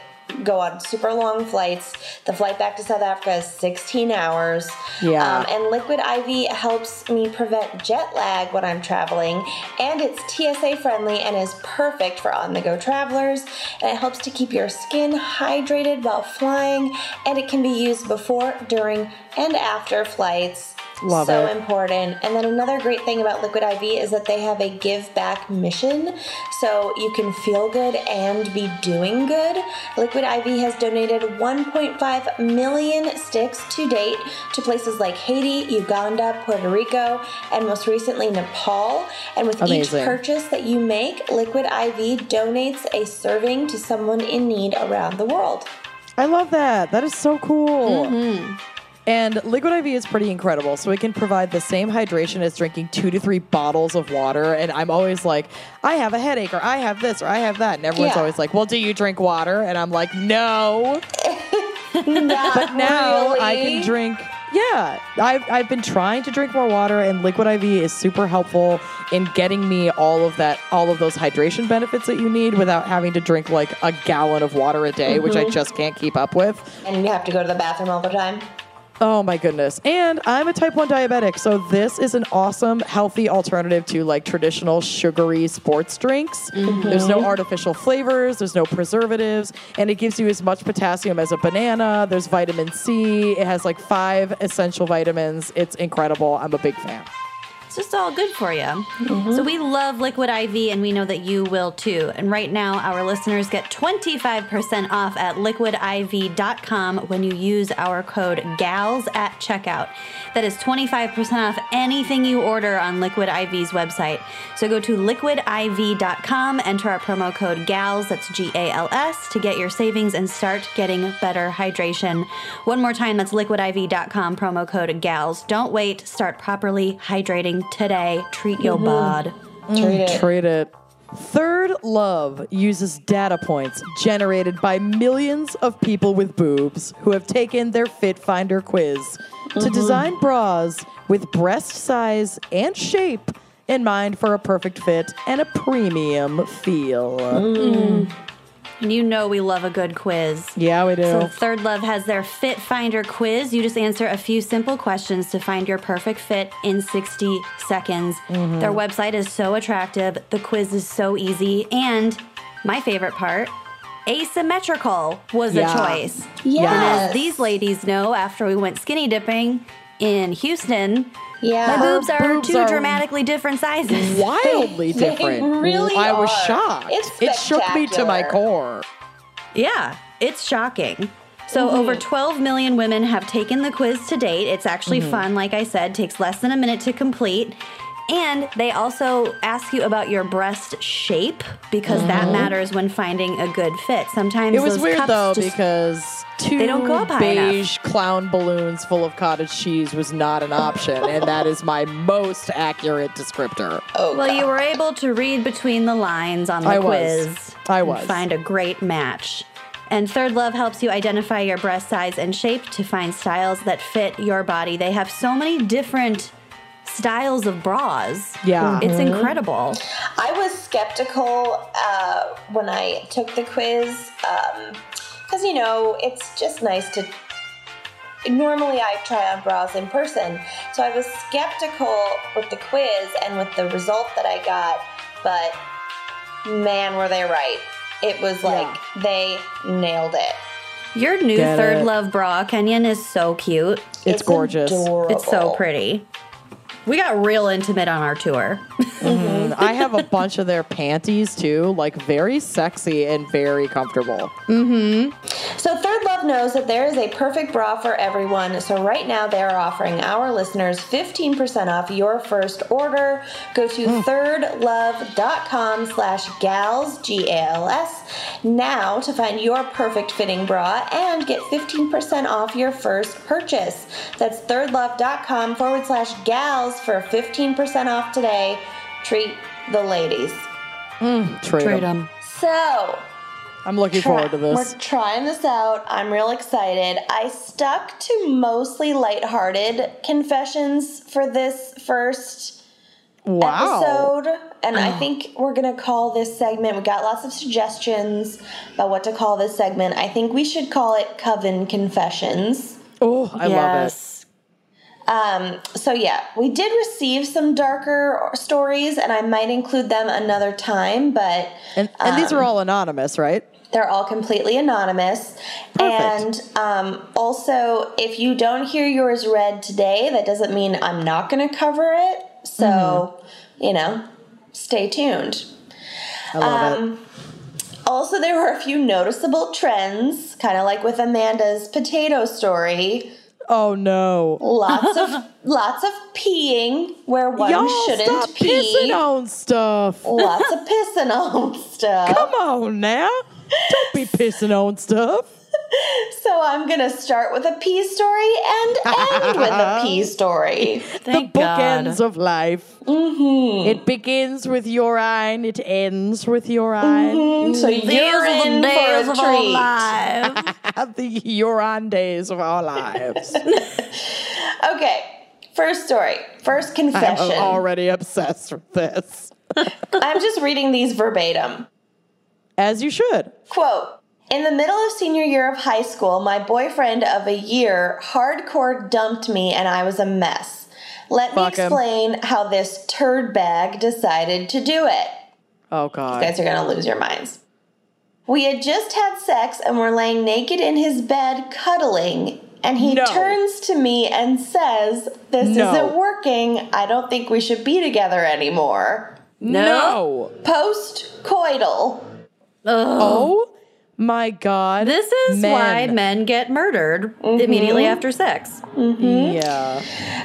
[SPEAKER 3] go on super long flights. The flight back to South Africa is 16 hours.
[SPEAKER 1] Yeah.
[SPEAKER 3] Um, and Liquid IV helps me prevent jet lag when I'm traveling, and it's TSA friendly and is perfect for on the go travelers. And it helps to keep your skin hydrated while flying, and it can be used before, during, and after flights.
[SPEAKER 1] Love
[SPEAKER 3] so
[SPEAKER 1] it.
[SPEAKER 3] important. And then another great thing about Liquid IV is that they have a give back mission. So you can feel good and be doing good. Liquid IV has donated 1.5 million sticks to date to places like Haiti, Uganda, Puerto Rico, and most recently Nepal. And with
[SPEAKER 1] Amazing.
[SPEAKER 3] each purchase that you make, Liquid IV donates a serving to someone in need around the world.
[SPEAKER 1] I love that. That is so cool. And Liquid IV is pretty incredible. So it can provide the same hydration as drinking two to three bottles of water. And I'm always like, I have a headache, or I have this, or I have that. And everyone's
[SPEAKER 3] Yeah.
[SPEAKER 1] always like, Well, do you drink water? And I'm like, No.
[SPEAKER 3] but
[SPEAKER 1] Now I can drink. Yeah, I've, I've been trying to drink more water, and Liquid IV is super helpful in getting me all of that, all of those hydration benefits that you need without having to drink like a gallon of water a day, which I just can't keep up with.
[SPEAKER 3] And you have to go to the bathroom all the time.
[SPEAKER 1] Oh my goodness. And I'm a type 1 diabetic, so this is an awesome, healthy alternative to like traditional sugary sports drinks. There's no artificial flavors, there's no preservatives, and it gives you as much potassium as a banana. There's vitamin C, it has like five essential vitamins. It's incredible. I'm a big fan.
[SPEAKER 2] It's just all good for you. So we love Liquid IV and we know that you will too. And right now, our listeners get 25% off at liquidiv.com when you use our code GALS at checkout. That is 25% off anything you order on Liquid IV's website. So go to liquidiv.com, enter our promo code GALS, that's G A L S, to get your savings and start getting better hydration. One more time, that's liquidiv.com, promo code GALS. Don't wait, start properly hydrating today. Treat your bod.
[SPEAKER 1] Mm,
[SPEAKER 3] Treat it.
[SPEAKER 1] Trade it. Third Love uses data points generated by millions of people with boobs who have taken their Fit Finder quiz to
[SPEAKER 3] Mm-hmm.
[SPEAKER 1] design bras with breast size and shape in mind for a perfect fit and a premium feel.
[SPEAKER 3] Mm.
[SPEAKER 2] And you know we love a good quiz.
[SPEAKER 1] Yeah, we do.
[SPEAKER 2] So Third Love has their Fit Finder quiz. You just answer a few simple questions to find your perfect fit in 60 seconds.
[SPEAKER 1] Mm-hmm.
[SPEAKER 2] Their website is so attractive. The quiz is so easy. And my favorite part, asymmetrical was
[SPEAKER 1] Yeah.
[SPEAKER 2] a choice.
[SPEAKER 1] Yes.
[SPEAKER 2] As these ladies know, after we went skinny dipping in Houston,
[SPEAKER 3] yeah.
[SPEAKER 2] my boobs are
[SPEAKER 1] boobs
[SPEAKER 2] two
[SPEAKER 1] are-
[SPEAKER 2] dramatically different sizes.
[SPEAKER 1] Wildly
[SPEAKER 3] They
[SPEAKER 1] different.
[SPEAKER 3] really
[SPEAKER 1] I was
[SPEAKER 3] are.
[SPEAKER 1] shocked.
[SPEAKER 3] It's
[SPEAKER 1] it shook me to my
[SPEAKER 3] spectacular.
[SPEAKER 1] core.
[SPEAKER 2] Yeah, it's shocking. So
[SPEAKER 1] Mm-hmm.
[SPEAKER 2] over 12 million women have taken the quiz to date. It's actually
[SPEAKER 1] Mm-hmm.
[SPEAKER 2] fun, like I said, takes less than a minute to complete. And they also ask you about your breast shape because that matters when finding a good fit.
[SPEAKER 1] Mm-hmm.
[SPEAKER 2] Sometimes
[SPEAKER 1] It was
[SPEAKER 2] those
[SPEAKER 1] weird
[SPEAKER 2] cups
[SPEAKER 1] though
[SPEAKER 2] just-
[SPEAKER 1] because two
[SPEAKER 2] don't go up high
[SPEAKER 1] beige clown balloons full of cottage cheese was not an option, and that is my most accurate descriptor.
[SPEAKER 3] Oh,
[SPEAKER 2] well, you were able to read between the lines on the
[SPEAKER 1] I was.
[SPEAKER 2] quiz.
[SPEAKER 1] I
[SPEAKER 2] and
[SPEAKER 1] was.
[SPEAKER 2] Find a great match. And Third Love helps you identify your breast size and shape to find styles that fit your body. They have so many different styles of bras.
[SPEAKER 1] Yeah. Mm-hmm.
[SPEAKER 2] It's incredible.
[SPEAKER 3] I was skeptical uh, when I took the quiz because you know it's just nice to. Normally, I try on bras in person, so I was skeptical with the quiz and with the result that I got. But man, were they right! It was like they nailed it.
[SPEAKER 2] Your new
[SPEAKER 1] Get
[SPEAKER 2] Third
[SPEAKER 1] it.
[SPEAKER 2] Love bra, Kenyon, is so cute.
[SPEAKER 1] It's, gorgeous.
[SPEAKER 3] adorable.
[SPEAKER 2] It's so pretty. We got real intimate on our tour.
[SPEAKER 1] Mm, I have a bunch of their panties too, like very sexy and very comfortable.
[SPEAKER 3] So, Third Love knows that there is a perfect bra for everyone. So, right now they are offering our listeners 15% off your first order. Go to thirdlove.com slash gals, G A L S, now to find your perfect fitting bra and get 15% off your first purchase. That's thirdlove.com forward slash gals for 15% off today. Treat the ladies.
[SPEAKER 1] Trade 'em.
[SPEAKER 3] So,
[SPEAKER 1] I'm looking forward to this.
[SPEAKER 3] we're trying this out. I'm real excited. I stuck to mostly lighthearted confessions for this first
[SPEAKER 1] Wow.
[SPEAKER 3] episode. And I think we're going to call this segment. We got lots of suggestions about what to call this segment. I think we should call it Coven Confessions.
[SPEAKER 1] Oh, I love it.
[SPEAKER 2] yes.
[SPEAKER 3] Um, so yeah, we did receive some darker stories, and I might include them another time. But
[SPEAKER 1] And, and these
[SPEAKER 2] Um,
[SPEAKER 1] are all anonymous, right?
[SPEAKER 3] they're all completely anonymous.
[SPEAKER 1] Perfect.
[SPEAKER 3] And um, also, if you don't hear yours read today, that doesn't mean I'm not going to cover it. So,
[SPEAKER 1] Mm-hmm.
[SPEAKER 3] you know, stay tuned.
[SPEAKER 1] I love it.
[SPEAKER 2] um,
[SPEAKER 3] Also, there were a few noticeable trends, kind of like with Amanda's potato story.
[SPEAKER 1] Oh no.
[SPEAKER 3] Lots of lots of peeing where one
[SPEAKER 1] Y'all
[SPEAKER 3] shouldn't
[SPEAKER 1] stop
[SPEAKER 3] pee.
[SPEAKER 1] pissing on stuff.
[SPEAKER 3] Lots of pissing on stuff.
[SPEAKER 1] Come on now. Don't be pissing on stuff.
[SPEAKER 3] So I'm gonna start with a pee story and end with a pee story.
[SPEAKER 2] Thank
[SPEAKER 1] the
[SPEAKER 2] God. Mm-hmm.
[SPEAKER 1] bookends of life. It begins with urine. It ends with
[SPEAKER 2] Mm-hmm.
[SPEAKER 1] urine.
[SPEAKER 3] So
[SPEAKER 2] These
[SPEAKER 3] you're
[SPEAKER 2] are the
[SPEAKER 3] in
[SPEAKER 2] days
[SPEAKER 3] for a
[SPEAKER 2] of our
[SPEAKER 3] treat.
[SPEAKER 2] lives.
[SPEAKER 1] At the urine days of our lives.
[SPEAKER 3] Okay, first story, first
[SPEAKER 1] I'm
[SPEAKER 3] confession.
[SPEAKER 1] already obsessed with this.
[SPEAKER 3] I'm just reading these verbatim.
[SPEAKER 1] As you should.
[SPEAKER 3] Quote In the middle of senior year of high school, my boyfriend of a year hardcore dumped me and I was a mess. Let
[SPEAKER 1] Fuck
[SPEAKER 3] me
[SPEAKER 1] him.
[SPEAKER 3] explain how this turd bag decided to do it.
[SPEAKER 1] Oh god.
[SPEAKER 3] You guys are going to lose your minds. We had just had sex and were laying naked in his bed cuddling. And he
[SPEAKER 1] No.
[SPEAKER 3] turns to me and says, This
[SPEAKER 1] No.
[SPEAKER 3] isn't working. I don't think we should be together anymore.
[SPEAKER 1] no.
[SPEAKER 3] Post coital.
[SPEAKER 2] Ugh.
[SPEAKER 1] Oh my god.
[SPEAKER 2] This is why men get murdered
[SPEAKER 1] Mm-hmm.
[SPEAKER 2] immediately after sex.
[SPEAKER 1] Yeah.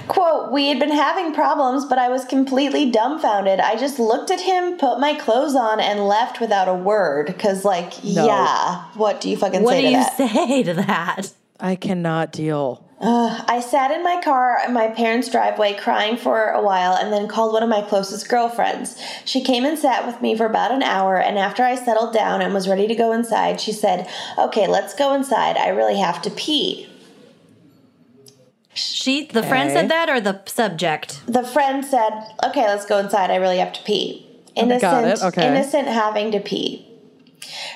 [SPEAKER 3] Quote, we had been having problems, but I was completely dumbfounded. I just looked at him, put my clothes on, and left without a word. Because, like,
[SPEAKER 1] No.
[SPEAKER 3] yeah, what do you fucking
[SPEAKER 2] What
[SPEAKER 3] say
[SPEAKER 2] do
[SPEAKER 3] to
[SPEAKER 2] you
[SPEAKER 3] that?
[SPEAKER 2] say to that?
[SPEAKER 1] I cannot deal.
[SPEAKER 3] I sat in my car in my parents' driveway crying for a while and then called one of my closest girlfriends. She came and sat with me for about an hour, and after I settled down and was ready to go inside, she said, Okay, let's go inside. I really have to pee.
[SPEAKER 2] She, the friend
[SPEAKER 1] Okay.
[SPEAKER 2] said that, or the subject.
[SPEAKER 3] The friend said, Okay, let's go inside. I really have to pee. Innocent,
[SPEAKER 1] Got it, okay.
[SPEAKER 3] innocent having to pee.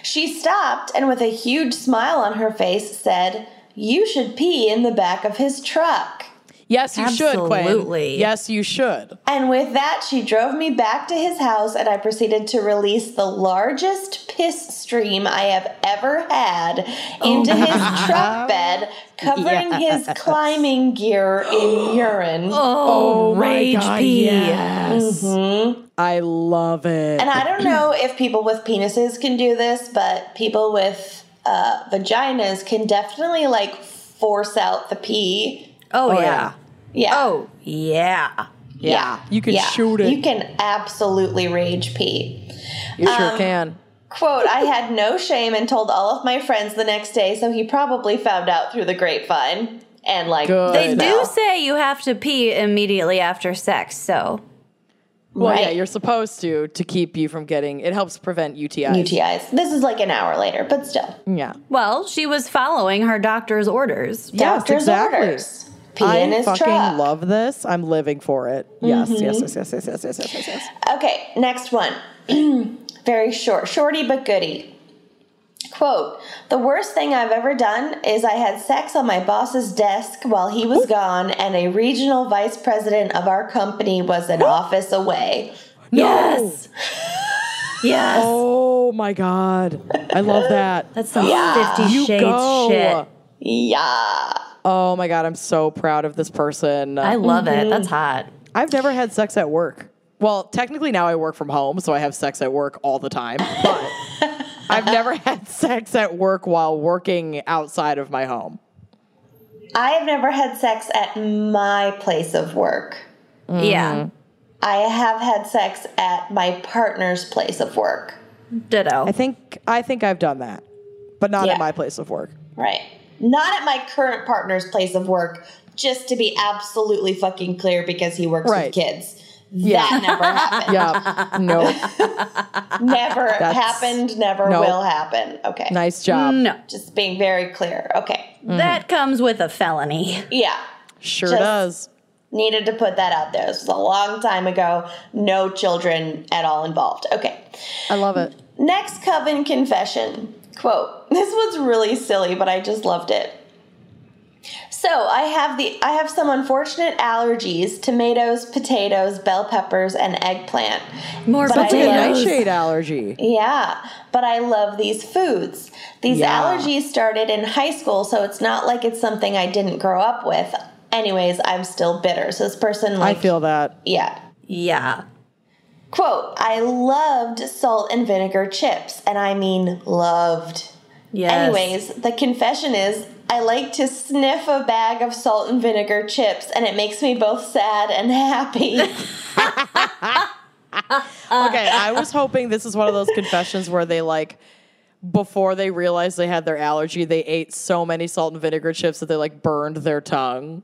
[SPEAKER 3] She stopped and, with a huge smile on her face, said, You should pee in the back of his truck.
[SPEAKER 1] Yes, you should,
[SPEAKER 2] Absolutely.
[SPEAKER 1] Quinn. Yes, you should.
[SPEAKER 3] And with that, she drove me back to his house, and I proceeded to release the largest piss stream I have ever had
[SPEAKER 1] Oh
[SPEAKER 3] into his truck bed, covering his climbing gear in urine.
[SPEAKER 2] Oh,
[SPEAKER 1] my
[SPEAKER 2] rage Mm-hmm.
[SPEAKER 1] God,
[SPEAKER 2] pee.
[SPEAKER 1] yes. I love it.
[SPEAKER 3] And I don't know if people with penises can do this, but people with uh, vaginas can definitely like force out the pee.
[SPEAKER 2] Oh, yeah.
[SPEAKER 3] Yeah.
[SPEAKER 2] Oh yeah.
[SPEAKER 1] yeah. You can shoot it.
[SPEAKER 3] You can absolutely rage pee.
[SPEAKER 1] you
[SPEAKER 2] uh,
[SPEAKER 1] sure can.
[SPEAKER 3] Quote, I had no shame and told all of my friends the next day, so he probably found out through the grapevine. And like
[SPEAKER 1] Good.
[SPEAKER 2] They
[SPEAKER 1] I
[SPEAKER 2] do
[SPEAKER 3] know.
[SPEAKER 2] say you have to pee immediately after sex, so
[SPEAKER 1] Well, yeah,
[SPEAKER 3] Right.
[SPEAKER 1] you're supposed to to keep you from getting. It helps prevent UTIs.
[SPEAKER 3] UTIs. This is like an hour later, but still.
[SPEAKER 1] Yeah.
[SPEAKER 2] well, she was following her doctor's orders.
[SPEAKER 1] Yes,
[SPEAKER 3] Doctor's
[SPEAKER 1] exactly.
[SPEAKER 3] orders. Pee
[SPEAKER 1] I
[SPEAKER 3] in his
[SPEAKER 1] fucking
[SPEAKER 3] truck.
[SPEAKER 1] love this. I'm living for it. Yes, yes, yes, yes, yes, yes, yes, yes, yes, yes.
[SPEAKER 3] Okay, next one. Very short. Shorty but goody. Quote The worst thing I've ever done is I had sex on my boss's desk while he was gone, and a regional vice president of our company was an office away.
[SPEAKER 2] Yes. yes.
[SPEAKER 1] Oh my god, I love that.
[SPEAKER 2] That's some Fifty
[SPEAKER 1] You
[SPEAKER 2] Shades
[SPEAKER 1] go.
[SPEAKER 2] shit.
[SPEAKER 3] Yeah.
[SPEAKER 1] Oh my god, I'm so proud of this person.
[SPEAKER 2] I love
[SPEAKER 1] Mm-hmm.
[SPEAKER 2] it. That's hot.
[SPEAKER 1] I've never had sex at work. Well, technically now I work from home, so I have sex at work all the time. But I've never had sex at work while working outside of my home.
[SPEAKER 3] I have never had sex at my place of work.
[SPEAKER 2] Yeah.
[SPEAKER 3] I have had sex at my partner's place of work.
[SPEAKER 1] I
[SPEAKER 2] Ditto.
[SPEAKER 1] think I think I've done that, but not
[SPEAKER 3] Yeah.
[SPEAKER 1] at my place of work.
[SPEAKER 3] Right. Not at my current partner's place of work, just to be absolutely fucking clear because he works
[SPEAKER 1] Right.
[SPEAKER 3] with kids.
[SPEAKER 1] Yeah.
[SPEAKER 3] That never happened.
[SPEAKER 1] Yeah, no,
[SPEAKER 3] Never
[SPEAKER 1] That's-
[SPEAKER 3] happened, never
[SPEAKER 1] no.
[SPEAKER 3] will happen. Okay.
[SPEAKER 1] nice job.
[SPEAKER 2] No.
[SPEAKER 3] Just being very clear. Okay.
[SPEAKER 2] That comes with a felony.
[SPEAKER 3] Yeah.
[SPEAKER 1] Sure
[SPEAKER 3] Just-
[SPEAKER 1] does.
[SPEAKER 3] Needed to put that out there. This was a long time ago. No children at all involved. Okay.
[SPEAKER 1] I love it.
[SPEAKER 3] Next coven confession. Quote This one's really silly, but I just loved it. So I have the I have some unfortunate allergies: tomatoes, potatoes, bell peppers, and eggplant.
[SPEAKER 2] More
[SPEAKER 3] But
[SPEAKER 1] That's
[SPEAKER 3] I
[SPEAKER 1] like a
[SPEAKER 3] love-
[SPEAKER 1] nightshade allergy.
[SPEAKER 3] Yeah, but I love these foods. These
[SPEAKER 1] Yeah.
[SPEAKER 3] allergies started in high school, so it's not like it's something I didn't grow up with. Anyways, I'm still bitter. So this person,
[SPEAKER 1] I
[SPEAKER 3] like,
[SPEAKER 1] feel that.
[SPEAKER 3] yeah.
[SPEAKER 2] Yeah.
[SPEAKER 3] Quote, I loved salt and vinegar chips, and I mean loved.
[SPEAKER 2] Yes.
[SPEAKER 3] Anyways, the confession is I like to sniff a bag of salt and vinegar chips, and it makes me both sad and happy. uh,
[SPEAKER 1] Okay, I was hoping this is one of those confessions where they like before they realized they had their allergy, they ate so many salt and vinegar chips that they like burned their tongue.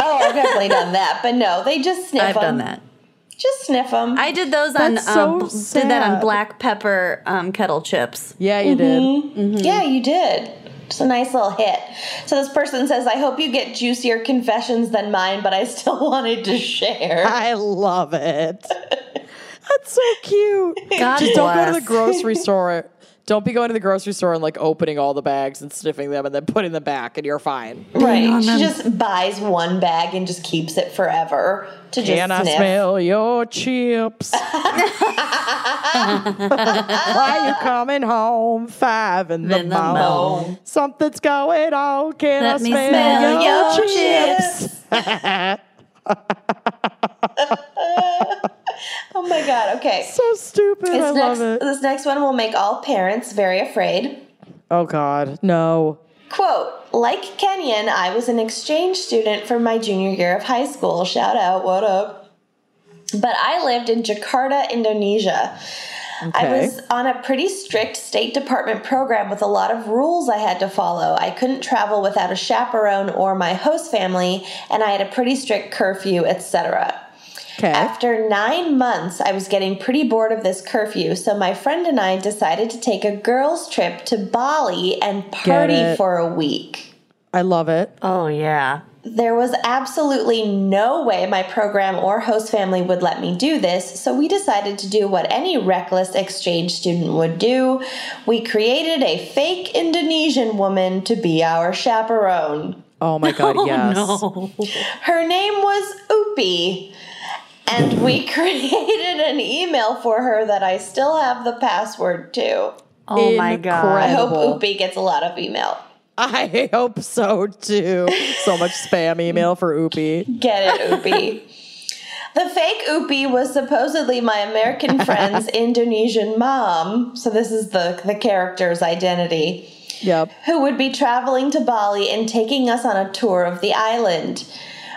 [SPEAKER 3] oh, I've definitely done that, but no, they just sniff
[SPEAKER 2] I've
[SPEAKER 3] them.
[SPEAKER 2] done that.
[SPEAKER 3] Just sniff them.
[SPEAKER 2] I did those on
[SPEAKER 1] That's so
[SPEAKER 2] um, bl- did that on
[SPEAKER 1] sad.
[SPEAKER 2] black pepper um, kettle chips.
[SPEAKER 1] Yeah, you
[SPEAKER 3] Mm-hmm.
[SPEAKER 1] did.
[SPEAKER 3] Yeah, you did. It's a nice little hit. So this person says, I hope you get juicier confessions than mine, but I still wanted to share.
[SPEAKER 1] I love it. That's so cute.
[SPEAKER 2] God
[SPEAKER 1] Just don't go to the
[SPEAKER 2] bless.
[SPEAKER 1] grocery store. Don't be going to the grocery store and like opening all the bags and sniffing them and then putting them back and you're fine.
[SPEAKER 3] Right. She just buys one bag and just keeps it forever to just
[SPEAKER 1] Can I
[SPEAKER 3] sniff.
[SPEAKER 1] smell your chips? Why you coming home five in the,
[SPEAKER 2] In the
[SPEAKER 1] morning?
[SPEAKER 2] morning.
[SPEAKER 1] Something's going on. Can
[SPEAKER 2] Let
[SPEAKER 1] I
[SPEAKER 2] me
[SPEAKER 1] smell, your,
[SPEAKER 2] smell your
[SPEAKER 1] chips?
[SPEAKER 3] Oh my god, okay.
[SPEAKER 1] so stupid. I
[SPEAKER 3] This next,
[SPEAKER 1] love it.
[SPEAKER 3] this next one will make all parents very afraid.
[SPEAKER 1] Oh God, no.
[SPEAKER 3] Quote, like Kenyon, I was an exchange student for my junior year of high school. Shout out, what up? But I lived in Jakarta, Indonesia. I
[SPEAKER 1] Okay.
[SPEAKER 3] was on a pretty strict State Department program with a lot of rules I had to follow. I couldn't travel without a chaperone or my host family, and I had a pretty strict curfew, etc.
[SPEAKER 1] Okay.
[SPEAKER 3] After nine months, I was getting pretty bored of this curfew, so my friend and I decided to take a girls' trip to Bali and party
[SPEAKER 1] it.
[SPEAKER 3] for a week.
[SPEAKER 1] I love it.
[SPEAKER 2] Oh yeah.
[SPEAKER 3] There was absolutely no way my program or host family would let me do this, so we decided to do what any reckless exchange student would do. We created a fake Indonesian woman to be our chaperone.
[SPEAKER 1] Oh my God, yes.
[SPEAKER 2] Oh no.
[SPEAKER 3] Her name was Oopie. And we created an email for her that I still have the password to.
[SPEAKER 2] Oh my
[SPEAKER 3] I
[SPEAKER 2] god.
[SPEAKER 1] Incredible.
[SPEAKER 3] hope
[SPEAKER 1] Edible.
[SPEAKER 3] Oopie gets a lot of email.
[SPEAKER 1] I hope so too. So much spam email for Oopie.
[SPEAKER 3] Get it, Oopie. the fake Oopie was supposedly my American friend's Indonesian mom. So this is the, the character's identity.
[SPEAKER 1] Yep.
[SPEAKER 3] who would be traveling to Bali and taking us on a tour of the island.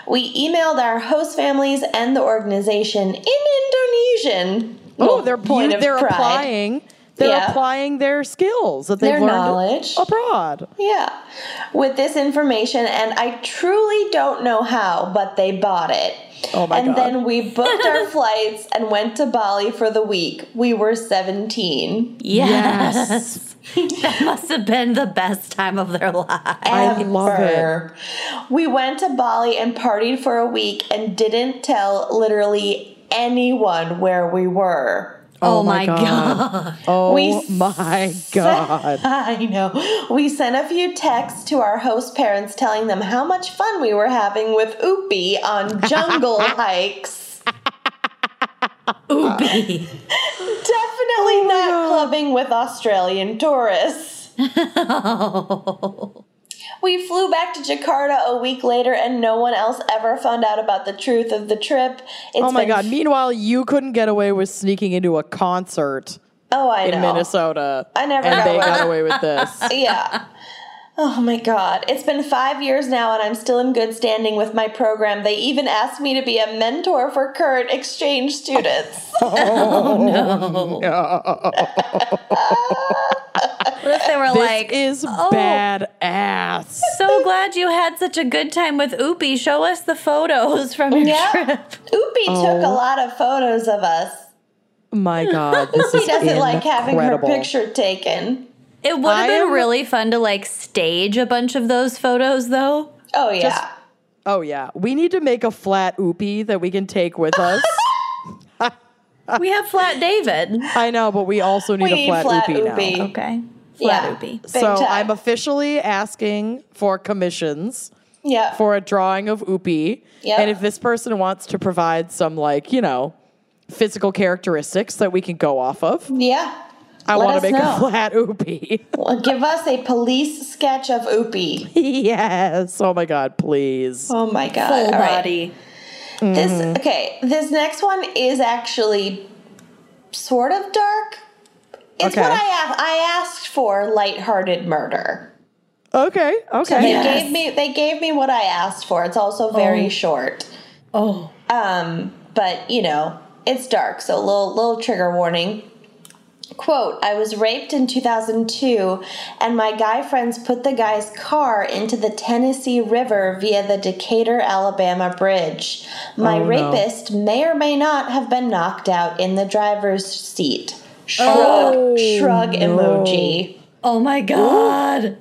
[SPEAKER 3] We emailed our host families and the organization in Indonesian.
[SPEAKER 1] Oh,
[SPEAKER 3] Well,
[SPEAKER 1] they're point
[SPEAKER 3] of
[SPEAKER 1] they're
[SPEAKER 3] pride.
[SPEAKER 1] applying. They're
[SPEAKER 3] Yeah.
[SPEAKER 1] applying their skills that they've
[SPEAKER 3] Their
[SPEAKER 1] learned
[SPEAKER 3] knowledge.
[SPEAKER 1] abroad.
[SPEAKER 3] Yeah, with this information, and I truly don't know how, but they bought it.
[SPEAKER 1] Oh my
[SPEAKER 3] and
[SPEAKER 1] God.
[SPEAKER 3] then we booked our flights and went to Bali for the week. We were 17.
[SPEAKER 2] Yes. that must have been the best time of their life.
[SPEAKER 1] I love it.
[SPEAKER 3] Ever. We went to Bali and partied for a week and didn't tell literally anyone where we were.
[SPEAKER 2] Oh, my god.
[SPEAKER 1] Oh
[SPEAKER 3] We
[SPEAKER 1] my god.
[SPEAKER 3] I know. We sent a few texts to our host parents telling them how much fun we were having with Oopie on jungle hikes.
[SPEAKER 1] uh,
[SPEAKER 2] Oopie.
[SPEAKER 3] Definitely
[SPEAKER 1] Oh
[SPEAKER 3] not clubbing with Australian tourists. We flew back to Jakarta a week later and no one else ever found out about the truth of the trip. It's
[SPEAKER 1] Oh my
[SPEAKER 3] been
[SPEAKER 1] god. Meanwhile, you couldn't get away with sneaking into a concert
[SPEAKER 3] Oh, I
[SPEAKER 1] in
[SPEAKER 3] know.
[SPEAKER 1] Minnesota.
[SPEAKER 3] I never
[SPEAKER 1] and
[SPEAKER 3] got
[SPEAKER 1] they
[SPEAKER 3] away.
[SPEAKER 1] got away with this.
[SPEAKER 3] Yeah. Oh my God. It's been five years now, and I'm still in good standing with my program. They even asked me to be a mentor for current exchange students.
[SPEAKER 2] What if they were
[SPEAKER 1] This
[SPEAKER 2] like
[SPEAKER 1] is
[SPEAKER 2] "Oh,
[SPEAKER 1] bad ass.
[SPEAKER 2] So glad you had such a good time with Oopie. Show us the photos from your
[SPEAKER 3] Yeah.
[SPEAKER 2] trip.
[SPEAKER 3] Oopie
[SPEAKER 1] Oh.
[SPEAKER 3] took a lot of photos of us.
[SPEAKER 1] My god, this
[SPEAKER 3] She
[SPEAKER 1] is
[SPEAKER 3] doesn't
[SPEAKER 1] incredible.
[SPEAKER 3] like having her picture taken.
[SPEAKER 2] It would
[SPEAKER 1] I
[SPEAKER 2] have been
[SPEAKER 1] am-
[SPEAKER 2] really fun to like stage a bunch of those photos though.
[SPEAKER 3] Oh, yeah.
[SPEAKER 1] Oh yeah. We need to make a flat oopie that we can take with us.
[SPEAKER 2] We have Flat David.
[SPEAKER 1] I know, but we also need
[SPEAKER 3] We
[SPEAKER 1] a
[SPEAKER 3] need
[SPEAKER 1] flat,
[SPEAKER 3] flat
[SPEAKER 1] oopie, now.
[SPEAKER 3] oopie.
[SPEAKER 2] Okay.
[SPEAKER 3] yeah.
[SPEAKER 2] Flat Oopie.
[SPEAKER 1] so
[SPEAKER 3] time.
[SPEAKER 1] I'm officially asking for commissions
[SPEAKER 3] Yeah.
[SPEAKER 1] for a drawing of Oopie.
[SPEAKER 3] Yeah.
[SPEAKER 1] And if this person wants to provide some, like, you know, physical characteristics that we can go off of,
[SPEAKER 3] yeah.
[SPEAKER 1] I
[SPEAKER 3] Let
[SPEAKER 1] want
[SPEAKER 3] us
[SPEAKER 1] to make
[SPEAKER 3] know.
[SPEAKER 1] a flat Oopie.
[SPEAKER 3] Well, give us a police sketch of Oopie.
[SPEAKER 1] yes. Oh my God, please.
[SPEAKER 3] Oh my god.
[SPEAKER 2] Full
[SPEAKER 3] All right.
[SPEAKER 2] body.
[SPEAKER 3] This okay. This next one is actually sort of dark. It's what
[SPEAKER 1] Okay.
[SPEAKER 3] I a- I asked for: lighthearted murder.
[SPEAKER 1] Okay.
[SPEAKER 3] They
[SPEAKER 1] Okay.
[SPEAKER 2] Yes.
[SPEAKER 3] gave me they gave me what I asked for. It's also very short.
[SPEAKER 2] Oh.
[SPEAKER 3] Um, but you know, it's dark, so little little trigger warning. Quote, I was raped in 2002 and my guy friends put the guy's car into the Tennessee River via the Decatur, Alabama bridge. My
[SPEAKER 1] Oh, no.
[SPEAKER 3] rapist may or may not have been knocked out in the driver's seat. Shrug,
[SPEAKER 1] Oh,
[SPEAKER 3] shrug emoji.
[SPEAKER 2] Oh my god.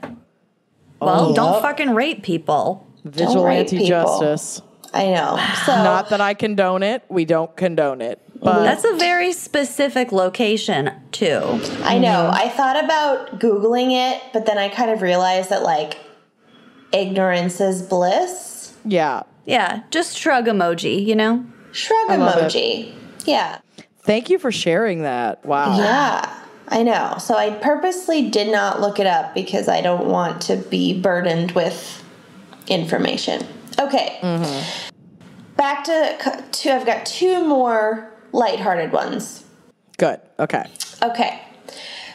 [SPEAKER 2] Well,
[SPEAKER 1] Oh.
[SPEAKER 2] don't fucking rape people.
[SPEAKER 3] Don't rape
[SPEAKER 1] Vigilante
[SPEAKER 3] people.
[SPEAKER 1] justice.
[SPEAKER 3] I know. So
[SPEAKER 1] Not that I condone it. We don't condone it. But
[SPEAKER 2] That's a very specific location, too.
[SPEAKER 3] I know.
[SPEAKER 1] Mm-hmm.
[SPEAKER 3] I thought about Googling it, but then I kind of realized that, like, ignorance is bliss.
[SPEAKER 1] yeah.
[SPEAKER 2] Yeah, just shrug emoji, you know?
[SPEAKER 3] Shrug
[SPEAKER 1] love it.
[SPEAKER 3] emoji. Yeah.
[SPEAKER 1] Thank you for sharing that. Wow.
[SPEAKER 3] Yeah. I know. So I purposely did not look it up because I don't want to be burdened with information. Okay.
[SPEAKER 1] Mm-hmm.
[SPEAKER 3] Back to, to, I've got two more lighthearted ones.
[SPEAKER 1] Good. Okay.
[SPEAKER 3] Okay.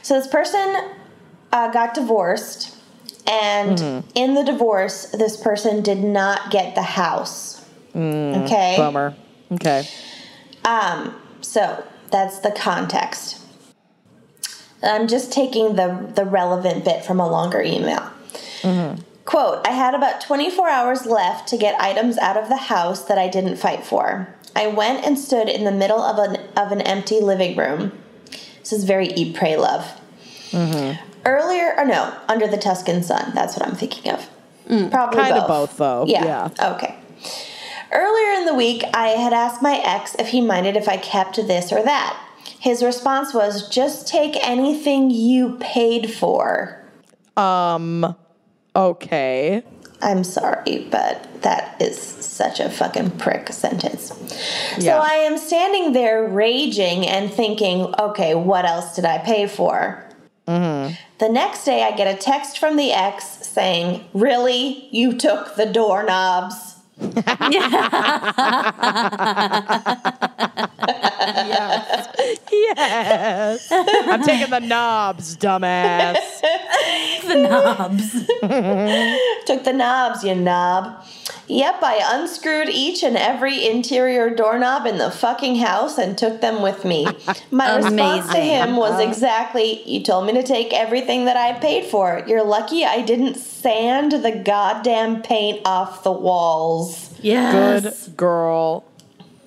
[SPEAKER 3] So this person uh, got divorced, and in the divorce, this person did not get the house. okay.
[SPEAKER 1] Bummer. Okay.
[SPEAKER 3] Um, so that's the context. I'm just taking the, the relevant bit from a longer email. Quote I had about 24 hours left to get items out of the house that I didn't fight for. I went and stood in the middle of an, of an empty living room. This is very eat, pray, love.
[SPEAKER 1] Mm-hmm.
[SPEAKER 3] Earlier, or no, under the Tuscan sun. That's what I'm thinking of. Probably
[SPEAKER 1] Mm, Kinda both, though.
[SPEAKER 3] yeah. Okay. Earlier in the week, I had asked my ex if he minded if I kept this or that. His response was, just take anything you paid for.
[SPEAKER 1] Um. Okay.
[SPEAKER 3] I'm sorry, but that is such a fucking prick sentence.
[SPEAKER 1] Yeah.
[SPEAKER 3] So I am standing there raging and thinking, okay, what else did I pay for? The next day, I get a text from the ex saying, Really? You took the doorknobs?
[SPEAKER 1] Yes. I'm taking the knobs, dumbass.
[SPEAKER 2] The knobs.
[SPEAKER 3] Took the knobs, you knob. Yep, I unscrewed each and every interior doorknob in the fucking house and took them with me. My response to
[SPEAKER 2] Amazing.
[SPEAKER 3] him
[SPEAKER 1] Uh-huh.
[SPEAKER 3] was exactly, You told me to take everything that I paid for. You're lucky I didn't sand the goddamn paint off the walls.
[SPEAKER 2] Yes.
[SPEAKER 1] Good girl.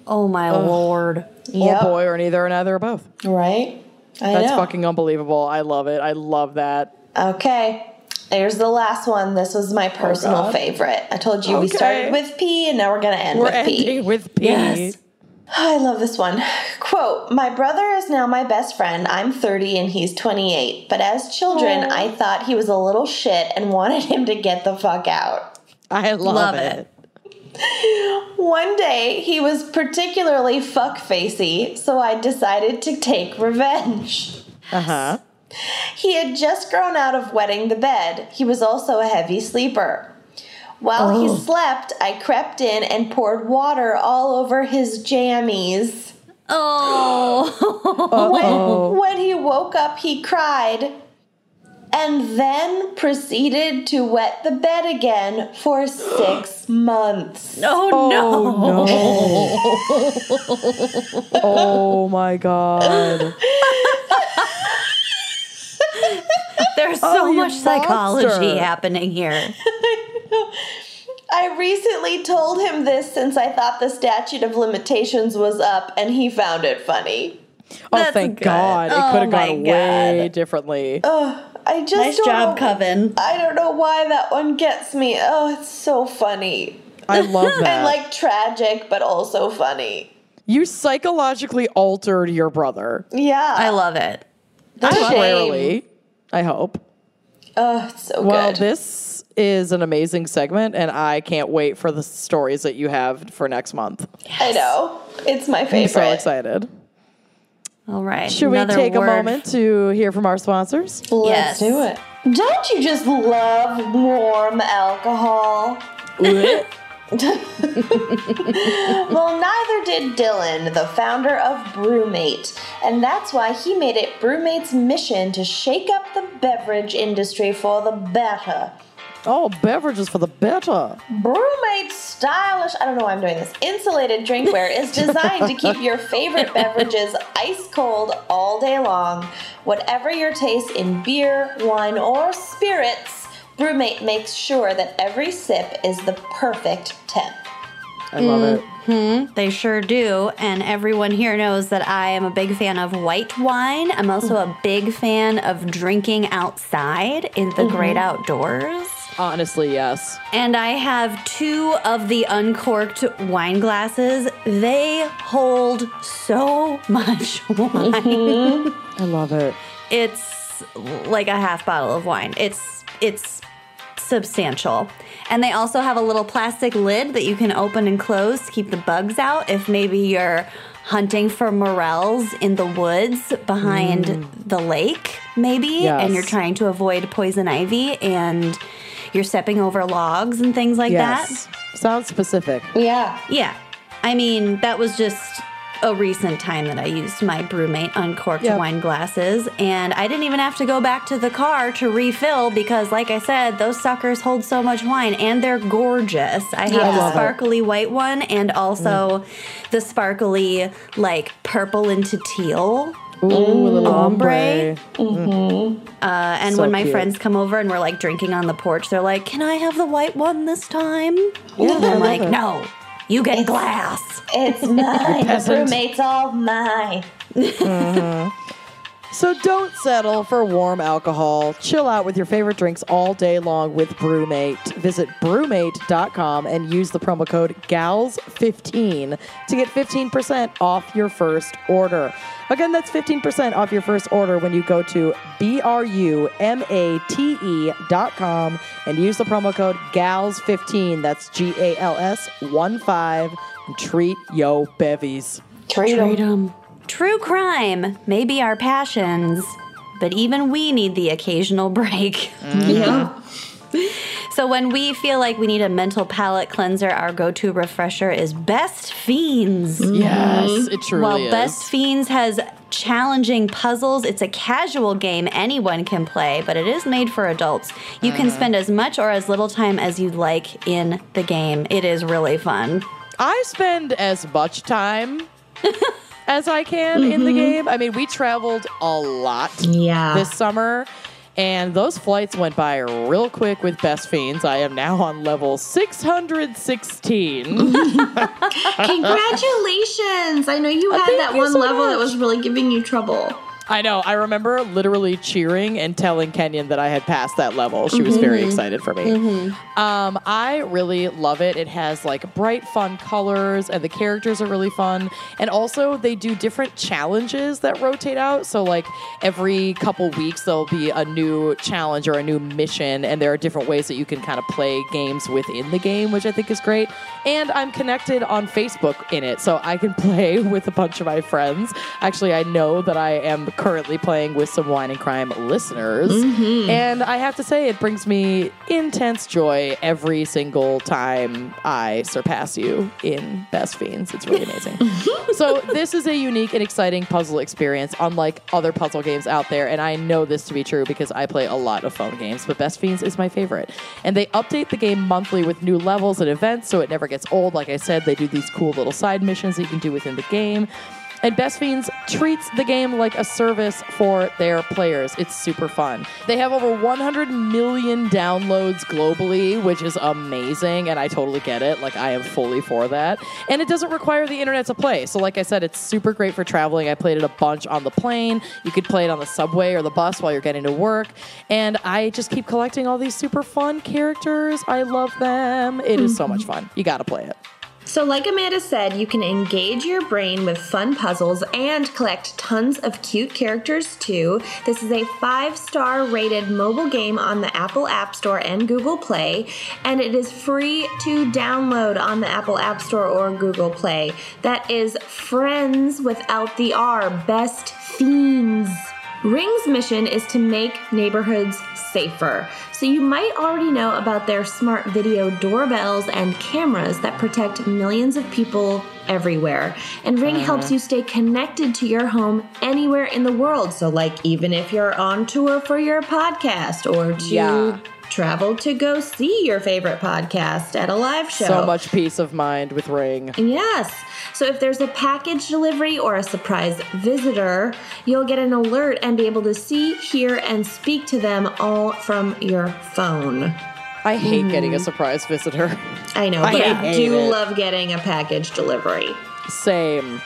[SPEAKER 2] Oh my lord.
[SPEAKER 1] Or
[SPEAKER 3] Yep.
[SPEAKER 1] Oh, boy, or neither, or neither, or both.
[SPEAKER 3] Right? I
[SPEAKER 1] That's
[SPEAKER 3] know.
[SPEAKER 1] fucking unbelievable. I love it. I love that.
[SPEAKER 3] Okay. There's the last one. This was my personal
[SPEAKER 1] Oh, God.
[SPEAKER 3] favorite. I told you we
[SPEAKER 1] Okay.
[SPEAKER 3] started with P and now we're going to end
[SPEAKER 1] We're
[SPEAKER 3] with P.
[SPEAKER 1] ending with P.
[SPEAKER 2] Yes.
[SPEAKER 3] I love this one. Quote My brother is now my best friend. I'm 30 and he's 28. But as children, I thought he was a little shit and wanted him to get the fuck out.
[SPEAKER 1] I love,
[SPEAKER 2] Love
[SPEAKER 1] it.
[SPEAKER 2] it.
[SPEAKER 3] One day, he was particularly fuck facey, so I decided to take revenge.
[SPEAKER 1] Uh huh.
[SPEAKER 3] He had just grown out of wetting the bed. He was also a heavy sleeper. While he slept, I crept in and poured water all over his jammies.
[SPEAKER 2] Oh.
[SPEAKER 1] Uh-oh.
[SPEAKER 3] When, when he woke up, he cried and then proceeded to wet the bed again for six months.
[SPEAKER 2] Oh, no.
[SPEAKER 1] Oh no. oh my god.
[SPEAKER 2] There's so
[SPEAKER 1] Oh, you
[SPEAKER 2] much psychology
[SPEAKER 1] monster.
[SPEAKER 2] happening here.
[SPEAKER 3] I recently told him this since I thought the statute of limitations was up and he found it funny.
[SPEAKER 1] Oh
[SPEAKER 2] That's
[SPEAKER 1] thank
[SPEAKER 2] good.
[SPEAKER 1] god. It
[SPEAKER 2] Oh,
[SPEAKER 1] could have
[SPEAKER 2] my
[SPEAKER 1] gone
[SPEAKER 2] God. Oh.
[SPEAKER 1] way differently.
[SPEAKER 3] Ugh, I just
[SPEAKER 2] Nice
[SPEAKER 3] don't
[SPEAKER 2] job,
[SPEAKER 3] know-
[SPEAKER 2] Coven.
[SPEAKER 3] I don't know why that one gets me. Oh, it's so funny.
[SPEAKER 1] I love
[SPEAKER 2] Uh,
[SPEAKER 1] that.
[SPEAKER 3] And like tragic, but also funny.
[SPEAKER 1] you psychologically altered your brother.
[SPEAKER 3] Yeah.
[SPEAKER 2] I love it.
[SPEAKER 1] Not
[SPEAKER 3] Shame.
[SPEAKER 1] Temporarily. I hope.
[SPEAKER 3] Oh, it's so
[SPEAKER 1] Well,
[SPEAKER 3] good.
[SPEAKER 1] this is an amazing segment, and I can't wait for the stories that you have for next month.
[SPEAKER 3] I know. It's my
[SPEAKER 1] I'm
[SPEAKER 3] favorite.
[SPEAKER 1] so excited.
[SPEAKER 2] All right.
[SPEAKER 1] Should
[SPEAKER 2] another
[SPEAKER 1] we take
[SPEAKER 2] word.
[SPEAKER 1] a moment to hear from our sponsors?
[SPEAKER 2] Yes.
[SPEAKER 3] Let's do it. Don't you just love warm alcohol? well, neither did Dylan, the founder of Brewmate, and that's why he made it Brewmate's mission to shake up the beverage industry for the better.
[SPEAKER 1] oh, beverages for the better.
[SPEAKER 3] Brewmate's stylish, I don't know why I'm doing this, insulated drinkware is designed to keep your favorite beverages ice cold all day long. Whatever your taste in beer, wine, or spirits, Brewmate makes sure that every sip is the perfect temp.
[SPEAKER 1] I love it.
[SPEAKER 2] They sure do. And everyone here knows that I am a big fan of white wine. I'm also a big fan of drinking outside in
[SPEAKER 1] Mm-hmm.
[SPEAKER 2] the great outdoors.
[SPEAKER 1] Honestly, yes.
[SPEAKER 2] And I have two of the uncorked wine glasses. They hold so much wine.
[SPEAKER 1] I love it.
[SPEAKER 2] it's like a half bottle of wine. It's it's substantial. And they also have a little plastic lid that you can open and close to keep the bugs out if maybe you're hunting for morels in the woods behind the lake maybe
[SPEAKER 1] Mm. Yes.
[SPEAKER 2] and you're trying to avoid poison ivy and you're stepping over logs and things like that.
[SPEAKER 1] Yes. Sounds specific.
[SPEAKER 3] Yeah.
[SPEAKER 2] Yeah. I mean, that was just a recent time that I used my brewmate uncorked
[SPEAKER 1] Yep.
[SPEAKER 2] wine glasses, and I didn't even have to go back to the car to refill because, like I said, those suckers hold so much wine and they're gorgeous. I have
[SPEAKER 3] I love
[SPEAKER 2] the
[SPEAKER 1] it. Mm.
[SPEAKER 2] sparkly white one and also the sparkly, like purple into teal.
[SPEAKER 1] Ooh, a little
[SPEAKER 2] Ombre.
[SPEAKER 1] ombre.
[SPEAKER 2] Uh, and
[SPEAKER 1] So
[SPEAKER 2] when my
[SPEAKER 1] cute.
[SPEAKER 2] friends come over and we're like drinking on the porch, they're like, Can I have the white one this time? And I'm like, No, you get glass.
[SPEAKER 3] It's mine. the
[SPEAKER 1] peasant.
[SPEAKER 3] roommate's all mine.
[SPEAKER 1] So don't settle for warm alcohol. Chill out with your favorite drinks all day long with Brewmate. Visit brewmate.com and use the promo code GALS15 to get 15% off your first order. Again, that's 15% off your first order when you go to B R U M A T E.com and use the promo code GALS15. That's G A L S 1 5 and treat yo bevies.
[SPEAKER 3] Treat 'em.
[SPEAKER 2] True crime may be our passions, but even we need the occasional break.
[SPEAKER 3] Yeah.
[SPEAKER 2] So when we feel like we need a mental palate cleanser, our go-to refresher is Best Fiends.
[SPEAKER 1] Yes, Mm, it truly
[SPEAKER 2] While Best Fiends has challenging puzzles, it's a casual game anyone can play, but it is made for adults. You can spend as much or as little time as you'd like in the game. It is really fun.
[SPEAKER 1] I spend as much time as I can in the game. I mean, we traveled a lot
[SPEAKER 4] Yeah.
[SPEAKER 1] this summer, and those flights went by real quick with Best Fiends. I am now on level 616.
[SPEAKER 4] Congratulations! I know you had
[SPEAKER 1] Uh, thank
[SPEAKER 4] that
[SPEAKER 1] you
[SPEAKER 4] one
[SPEAKER 1] so
[SPEAKER 4] level that
[SPEAKER 1] much.
[SPEAKER 4] was really giving you trouble.
[SPEAKER 1] I know. I remember literally cheering and telling Kenyon that I had passed that level. She was very excited for me. Um, I really love it. It has like bright, fun colors, and the characters are really fun. And also, they do different challenges that rotate out. So, like every couple weeks, there'll be a new challenge or a new mission, and there are different ways that you can kind of play games within the game, which I think is great. And I'm connected on Facebook in it, so I can play with a bunch of my friends. Actually, I know that I am currently playing with some Wine and Crime listeners. And I have to say, it brings me intense joy every single time I surpass you in Best Fiends. It's really amazing. so, this is a unique and exciting puzzle experience, unlike other puzzle games out there. And I know this to be true because I play a lot of phone games, but Best Fiends is my favorite. And they update the game monthly with new levels and events, so it never gets old. Like I said, they do these cool little side missions that you can do within the game. And Best Fiends treats the game like a service for their players. It's super fun. They have over 100 million downloads globally, which is amazing. And I totally get it. Like, I am fully for that. And it doesn't require the internet to play. So, like I said, it's super great for traveling. I played it a bunch on the plane. You could play it on the subway or the bus while you're getting to work. And I just keep collecting all these super fun characters. I love them. It is so much fun. You got to play it.
[SPEAKER 3] So, like Amanda said, you can engage your brain with fun puzzles and collect tons of cute characters too. This is a five star rated mobile game on the Apple App Store and Google Play, and it is free to download on the Apple App Store or Google Play. That is Friends without the R, Best Fiends. Ring's mission is to make neighborhoods safer. So you might already know about their smart video doorbells and cameras that protect millions of people everywhere. And Ring
[SPEAKER 1] Uh-huh.
[SPEAKER 3] helps you stay connected to your home anywhere in the world. So like even if you're on tour for your podcast or to
[SPEAKER 1] Yeah.
[SPEAKER 3] travel to go see your favorite podcast at a live show.
[SPEAKER 1] So much peace of mind with Ring.
[SPEAKER 3] Yes. So if there's a package delivery or a surprise visitor, you'll get an alert and be able to see, hear, and speak to them all from your phone.
[SPEAKER 1] I hate getting a surprise visitor.
[SPEAKER 3] I know,
[SPEAKER 1] I
[SPEAKER 3] but I
[SPEAKER 1] hate
[SPEAKER 3] do
[SPEAKER 1] it.
[SPEAKER 3] love getting a package delivery.
[SPEAKER 1] Same.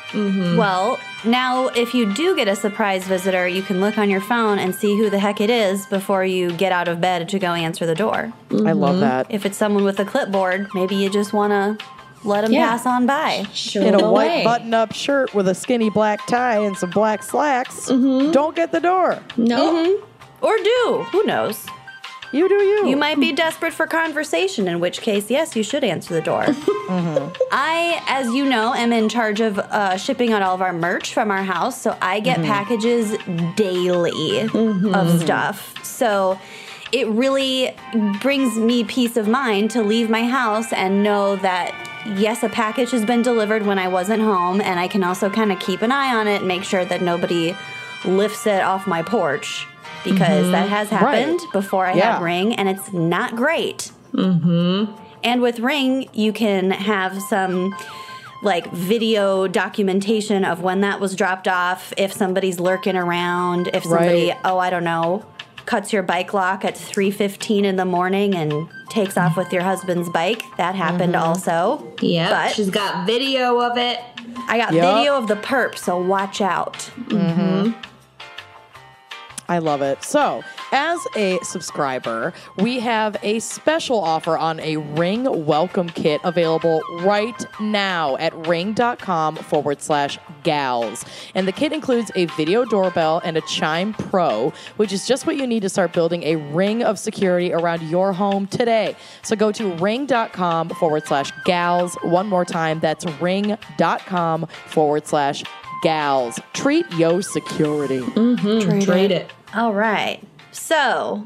[SPEAKER 2] Well, now if you do get a surprise visitor, you can look on your phone and see who the heck it is before you get out of bed to go answer the door.
[SPEAKER 1] I love that.
[SPEAKER 2] If it's someone with a clipboard, maybe you just want to let them
[SPEAKER 3] Yeah.
[SPEAKER 2] pass on by.
[SPEAKER 3] Sure.
[SPEAKER 1] in a white button-up shirt with a skinny black tie and some black slacks, don't get the door.
[SPEAKER 3] No.
[SPEAKER 2] Or do. Who knows?
[SPEAKER 1] You do you.
[SPEAKER 2] You might be desperate for conversation, in which case, yes, you should answer the door. Mm-hmm. I, as you know, am in charge of uh, shipping out all of our merch from our house, so I get packages daily of stuff. So it really brings me peace of mind to leave my house and know that. Yes, a package has been delivered when I wasn't home, and I can also kind of keep an eye on it and make sure that nobody lifts it off my porch because that has happened before I
[SPEAKER 1] Yeah. Mm-hmm.
[SPEAKER 2] had Ring, and it's not great. And with Ring, you can have some like video documentation of when that was dropped off, if somebody's lurking around, if somebody,
[SPEAKER 1] Right.
[SPEAKER 2] oh, I don't know, cuts your bike lock at 3:15 in the morning and takes off with your husband's bike. That happened
[SPEAKER 1] Mm-hmm.
[SPEAKER 2] also.
[SPEAKER 3] Yeah.
[SPEAKER 2] But-
[SPEAKER 3] She's got video of it.
[SPEAKER 2] I got
[SPEAKER 1] Yup.
[SPEAKER 2] video of the perp, so watch out.
[SPEAKER 1] I love it. So, as a subscriber, we have a special offer on a Ring welcome kit available right now at ring.com forward slash gals. And the kit includes a video doorbell and a Chime Pro, which is just what you need to start building a ring of security around your home today. So, go to ring.com forward slash gals. One more time, that's ring.com forward slash gals. Treat yo security.
[SPEAKER 3] Mm, Trade it.
[SPEAKER 2] All right. So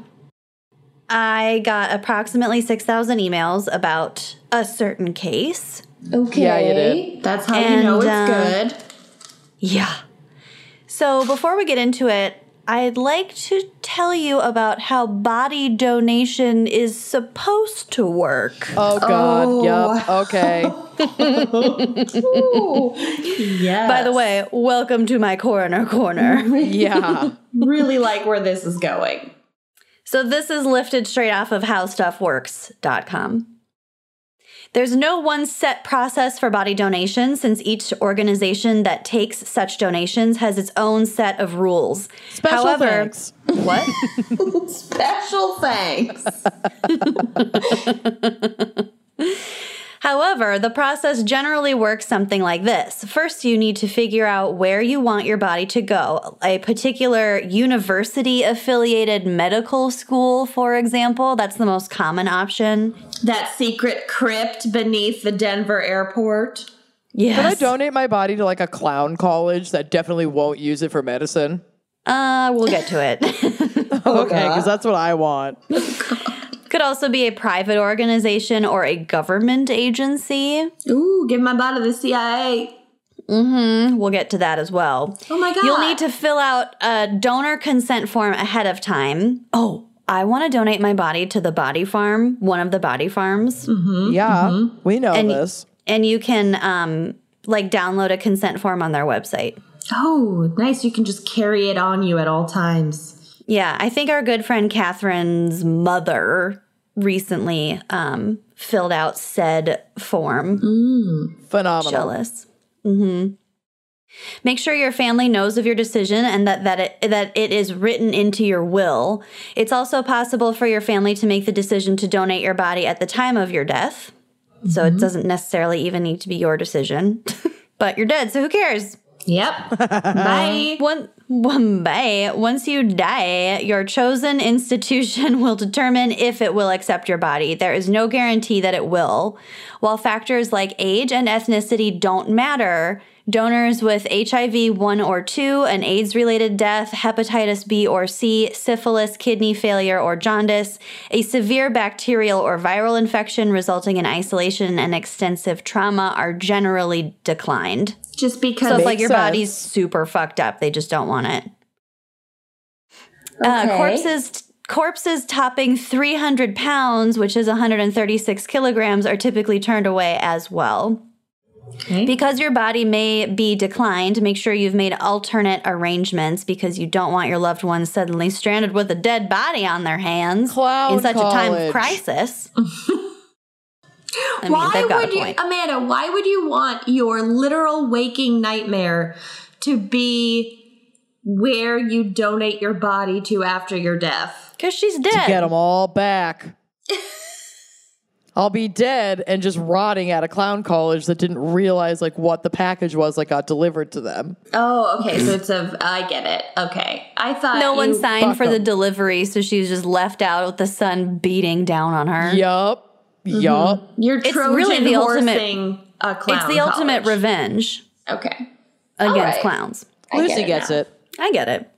[SPEAKER 2] I got approximately 6,000 emails about a certain case.
[SPEAKER 4] Okay.
[SPEAKER 1] Yeah, you did.
[SPEAKER 4] That's how
[SPEAKER 2] And,
[SPEAKER 4] you know it's
[SPEAKER 2] uh,
[SPEAKER 4] good.
[SPEAKER 2] Yeah. So before we get into it, I'd like to tell you about how body donation is supposed to work.
[SPEAKER 1] Oh God! Yep. Okay.
[SPEAKER 4] Yeah.
[SPEAKER 2] By the way, welcome to my coroner corner.
[SPEAKER 1] Yeah.
[SPEAKER 4] really like where this is going.
[SPEAKER 2] so this is lifted straight off of howstuffworks.com. There's no one set process for body donation since each organization that takes such donations has its own set of rules.
[SPEAKER 1] Special
[SPEAKER 2] However,
[SPEAKER 1] thanks.
[SPEAKER 2] What?
[SPEAKER 4] Special thanks.
[SPEAKER 2] However, the process generally works something like this. First, you need to figure out where you want your body to go. A particular university affiliated medical school, for example, that's the most common option.
[SPEAKER 4] that secret crypt beneath the Denver airport.
[SPEAKER 1] Can I
[SPEAKER 2] Yes.
[SPEAKER 1] donate my body to like a clown college that definitely won't use it for medicine?
[SPEAKER 2] Uh, we'll get to it.
[SPEAKER 1] Okay,
[SPEAKER 3] Uh-huh.
[SPEAKER 1] because that's what I want.
[SPEAKER 3] Mm-hmm,
[SPEAKER 2] Could also be a private organization or a government agency.
[SPEAKER 4] Ooh, give my body to the CIA.
[SPEAKER 2] Mm-hmm. We'll get to that as well.
[SPEAKER 4] Oh my god.
[SPEAKER 2] You'll need to fill out a donor consent form ahead of time. Oh, I want to donate my body to the body farm, one of the body farms.
[SPEAKER 4] Hmm.
[SPEAKER 3] mm-hmm.
[SPEAKER 1] yeah, we know
[SPEAKER 2] And-
[SPEAKER 1] this.
[SPEAKER 2] And you can um like download a consent form on their website.
[SPEAKER 4] Oh, nice. You can just carry it on you at all times.
[SPEAKER 2] Yeah, I think our good friend Catherine's mother recently um filled out said form.
[SPEAKER 1] Phenomenal.
[SPEAKER 2] jealous. hmm Make sure your family knows of your decision and that that it, that it is written into your will. It's also possible for your family to make the decision to donate your body at the time of your death. So it doesn't necessarily even need to be your decision. but you're dead, so who cares?
[SPEAKER 4] Yep. Bye.
[SPEAKER 2] One, one by, once you die, your chosen institution will determine if it will accept your body. There is no guarantee that it will. While factors like age and ethnicity don't matter, donors with HIV 1 or 2, an AIDS related death, hepatitis B or C, syphilis, kidney failure or jaundice, a severe bacterial or viral infection resulting in isolation and extensive trauma are generally declined.
[SPEAKER 4] Just because.
[SPEAKER 2] So it's
[SPEAKER 1] Makes
[SPEAKER 2] like your
[SPEAKER 1] sense.
[SPEAKER 2] body's super fucked up. They just don't want it. Uh,
[SPEAKER 4] Okay.
[SPEAKER 2] corpses. Corpses topping 300 pounds, which is 136 kilograms, are typically turned away as well.
[SPEAKER 4] Okay.
[SPEAKER 2] Because your body may be declined, make sure you've made alternate arrangements because you don't want your loved ones suddenly stranded with a dead body on their hands
[SPEAKER 1] Cloud
[SPEAKER 2] in such a time of
[SPEAKER 1] college.
[SPEAKER 2] crisis. I mean,
[SPEAKER 4] why
[SPEAKER 2] they've got
[SPEAKER 4] would
[SPEAKER 2] a
[SPEAKER 4] you,
[SPEAKER 2] point.
[SPEAKER 4] Amanda? Why would you want your literal waking nightmare to be where you donate your body to after your death?
[SPEAKER 2] Because she's
[SPEAKER 1] to
[SPEAKER 2] dead.
[SPEAKER 1] get them all back. I'll be dead and just rotting at a clown college that didn't realize like what the package was that got delivered to them.
[SPEAKER 3] Uh-huh.
[SPEAKER 4] Oh, okay. So it's a. I get it. Okay. I thought
[SPEAKER 2] No one
[SPEAKER 4] you-
[SPEAKER 2] signed for
[SPEAKER 1] fuck
[SPEAKER 2] the
[SPEAKER 1] 'em.
[SPEAKER 2] delivery, so she was just left out with the sun beating down on her.
[SPEAKER 1] Yup.
[SPEAKER 3] Mm-hmm.
[SPEAKER 1] Yup.
[SPEAKER 4] Your
[SPEAKER 2] It's
[SPEAKER 4] Trojan
[SPEAKER 2] really the ultimate-
[SPEAKER 4] horsing a clown.
[SPEAKER 2] It's the ultimate
[SPEAKER 4] college.
[SPEAKER 2] revenge
[SPEAKER 4] Okay.
[SPEAKER 2] against
[SPEAKER 3] right.
[SPEAKER 2] clowns.
[SPEAKER 1] Lucy
[SPEAKER 3] it
[SPEAKER 1] gets
[SPEAKER 3] now.
[SPEAKER 1] it.
[SPEAKER 2] I get it.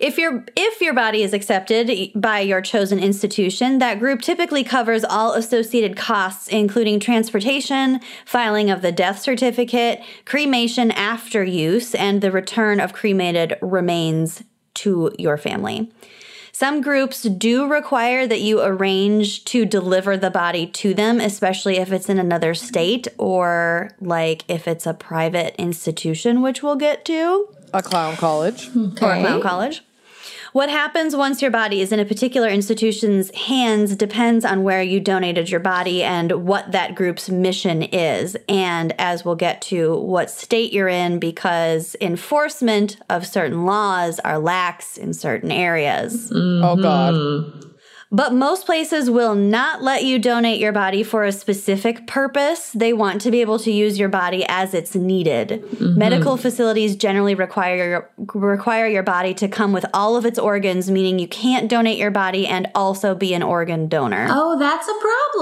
[SPEAKER 2] If your if your body is accepted by your chosen institution, that group typically covers all associated costs including transportation, filing of the death certificate, cremation after use, and the return of cremated remains to your family. Some groups do require that you arrange to deliver the body to them, especially if it's in another state or like if it's a private institution, which we'll get to
[SPEAKER 1] A clown college. Oh,
[SPEAKER 2] or Clown College. What happens once your body is in a particular institution's hands depends on where you donated your body and what that group's mission is, and as we'll get to, what state you're in because enforcement of certain laws are lax in certain areas.
[SPEAKER 3] Mm-hmm.
[SPEAKER 1] Oh god.
[SPEAKER 2] But most places will not let you donate your body for a specific purpose. They want to be able to use your body as it's needed. Medical facilities generally require require your body to come with all of its organs, meaning you can't donate your body and also be an organ donor.
[SPEAKER 4] Oh, that's a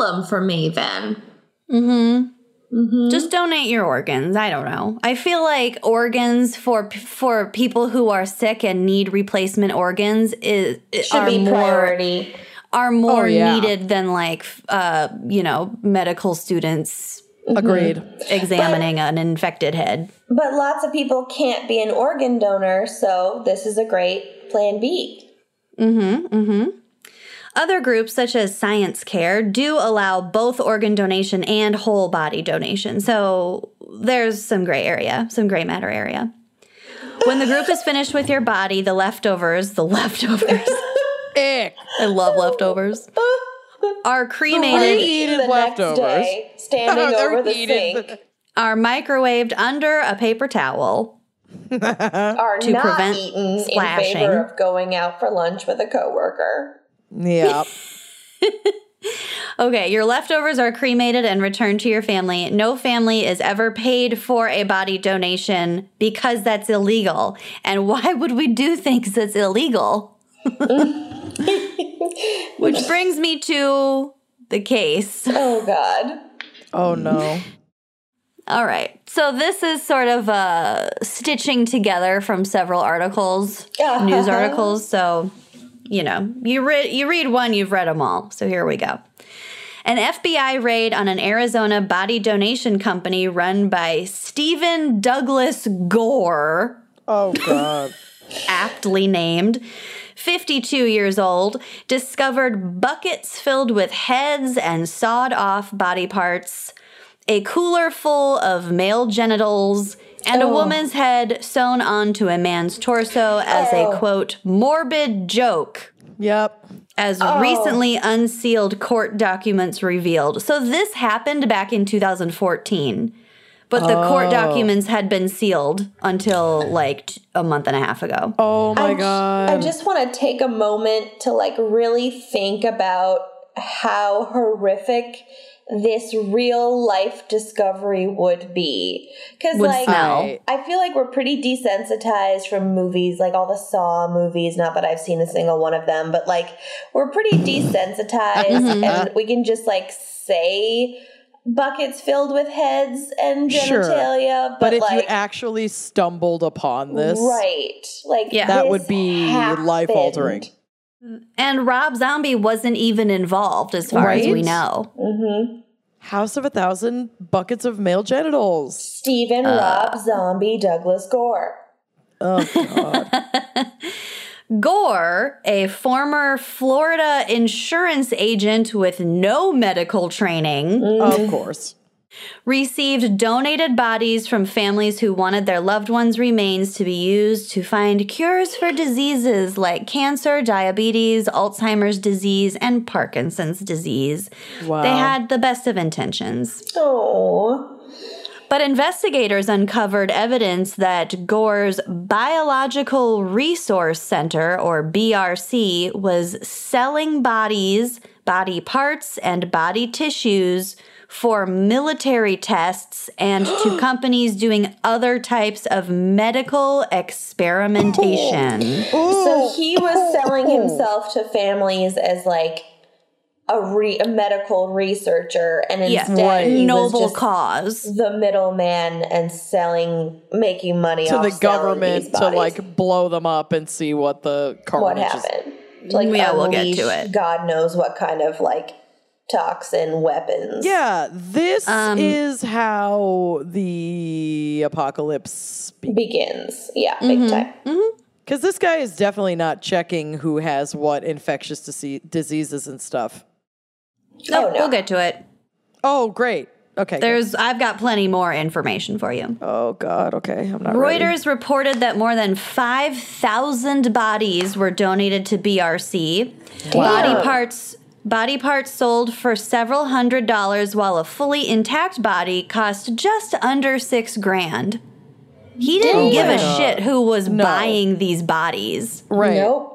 [SPEAKER 4] problem for me then.
[SPEAKER 2] Just
[SPEAKER 3] Mm-hmm.
[SPEAKER 2] donate your organs. I don't know. I feel like organs for for people who are sick and need replacement organs is
[SPEAKER 3] Should
[SPEAKER 2] are
[SPEAKER 3] be
[SPEAKER 2] more
[SPEAKER 3] priority. Oh,
[SPEAKER 2] are more
[SPEAKER 1] yeah.
[SPEAKER 2] needed than like f- uh, you know medical students
[SPEAKER 1] Agreed.
[SPEAKER 2] examining an infected head.
[SPEAKER 3] But lots of people can't be an organ donor, so this is a great plan B.
[SPEAKER 2] Other groups, such as Science Care, do allow both organ donation and whole body donation. So there's some gray area, some gray matter area. When the group is finished with your body, the leftovers, the leftovers,
[SPEAKER 3] Mm-hmm.
[SPEAKER 1] Ick.
[SPEAKER 2] I love leftovers, are cremated,
[SPEAKER 1] Reheated
[SPEAKER 3] the
[SPEAKER 1] leftovers.
[SPEAKER 3] next day, standing
[SPEAKER 1] They're
[SPEAKER 3] over the
[SPEAKER 1] heated.
[SPEAKER 3] sink,
[SPEAKER 2] are microwaved under a paper towel.
[SPEAKER 3] are
[SPEAKER 2] To
[SPEAKER 3] not
[SPEAKER 2] prevent
[SPEAKER 3] eaten in
[SPEAKER 2] splashing.
[SPEAKER 3] favor of going out for lunch with a coworker.
[SPEAKER 1] Yeah.
[SPEAKER 2] Okay, your leftovers are cremated and returned to your family. No family is ever paid for a body donation because that's illegal. And why would we do things that's illegal? Which brings me to the case.
[SPEAKER 3] Oh God.
[SPEAKER 1] Oh no.
[SPEAKER 2] All right. So this is sort of uh, stitching together from several articles, news articles. So, you know, you read you read one, you've read them all. So here we go. An FBI raid on an Arizona body donation company run by Stephen Douglas Gore
[SPEAKER 1] Oh god.
[SPEAKER 2] aptly named, 52 years old, discovered buckets filled with heads and sawed off body parts, a cooler full of male genitals, and a woman's head sewn onto a man's torso as a quote, morbid joke.
[SPEAKER 1] Yep.
[SPEAKER 2] As recently unsealed court documents revealed. So, this happened back in 2014, but the court documents had been sealed until like t- a month and a half ago.
[SPEAKER 1] Oh my
[SPEAKER 3] I ju-
[SPEAKER 1] god.
[SPEAKER 3] I just want to take a moment to like really think about how horrific this real life discovery would be. Because,
[SPEAKER 2] Would
[SPEAKER 3] like,
[SPEAKER 2] smell.
[SPEAKER 3] I feel like we're pretty desensitized from movies, like all the Saw movies. Not that I've seen a single one of them, but like we're pretty desensitized,
[SPEAKER 1] Mm-hmm.
[SPEAKER 3] and we can just like say buckets filled with heads and
[SPEAKER 1] Sure.
[SPEAKER 3] genitalia. But,
[SPEAKER 1] But, if
[SPEAKER 3] like,
[SPEAKER 1] you actually stumbled upon this,
[SPEAKER 3] right, like
[SPEAKER 2] Yeah.
[SPEAKER 1] that
[SPEAKER 3] this
[SPEAKER 1] would be
[SPEAKER 3] happened.
[SPEAKER 1] life altering.
[SPEAKER 2] And Rob Zombie wasn't even involved, as far as we
[SPEAKER 1] Right?
[SPEAKER 2] know.
[SPEAKER 1] House of a Thousand Buckets of Male Genitals.
[SPEAKER 3] Stephen
[SPEAKER 1] Uh.
[SPEAKER 3] Rob Zombie Douglas Gore.
[SPEAKER 1] Oh,
[SPEAKER 2] Gore, a former Florida insurance agent with no medical training,
[SPEAKER 1] of course.
[SPEAKER 2] received donated bodies from families who wanted their loved ones' remains to be used to find cures for diseases like cancer, diabetes, Alzheimer's disease, and Parkinson's disease.
[SPEAKER 1] Wow.
[SPEAKER 2] They had the best of intentions.
[SPEAKER 3] Oh,
[SPEAKER 2] But investigators uncovered evidence that Gore's Biological Resource Center, or BRC, was selling bodies, body parts, and body tissues for military tests and to companies doing other types of medical experimentation.
[SPEAKER 3] so he was selling himself to families as like a, re- a medical researcher, and
[SPEAKER 2] Yeah,
[SPEAKER 3] instead he was
[SPEAKER 2] noble
[SPEAKER 3] just Oh,
[SPEAKER 2] cause.
[SPEAKER 3] the middleman and selling, making money
[SPEAKER 1] to
[SPEAKER 3] off
[SPEAKER 1] the
[SPEAKER 3] selling these
[SPEAKER 1] government to
[SPEAKER 3] bodies.
[SPEAKER 1] like blow them up and see what the
[SPEAKER 3] what
[SPEAKER 1] carnage is.
[SPEAKER 3] happened. To, Like
[SPEAKER 2] Yeah, we'll get to
[SPEAKER 3] unleash
[SPEAKER 2] it.
[SPEAKER 3] God knows what kind of like toxin weapons.
[SPEAKER 1] Yeah, this
[SPEAKER 2] Um,
[SPEAKER 1] is how the apocalypse
[SPEAKER 3] begins. Yeah,
[SPEAKER 2] Mm-hmm.
[SPEAKER 3] big time.
[SPEAKER 1] because this guy is definitely not checking who has what infectious dise- diseases and stuff.
[SPEAKER 2] No,
[SPEAKER 3] Oh, no.
[SPEAKER 2] We'll get to it.
[SPEAKER 1] Oh, great. Okay. good.
[SPEAKER 2] There's, I've got plenty more information for you.
[SPEAKER 1] Oh God. Okay, I'm not. ready.
[SPEAKER 2] Reuters reported that more than 5,000 bodies were donated to BRC. Body parts body parts sold for several hundred dollars while a fully intact body cost just under 6 grand. He didn't give a shit who was buying these bodies.
[SPEAKER 1] Right.
[SPEAKER 3] Nope.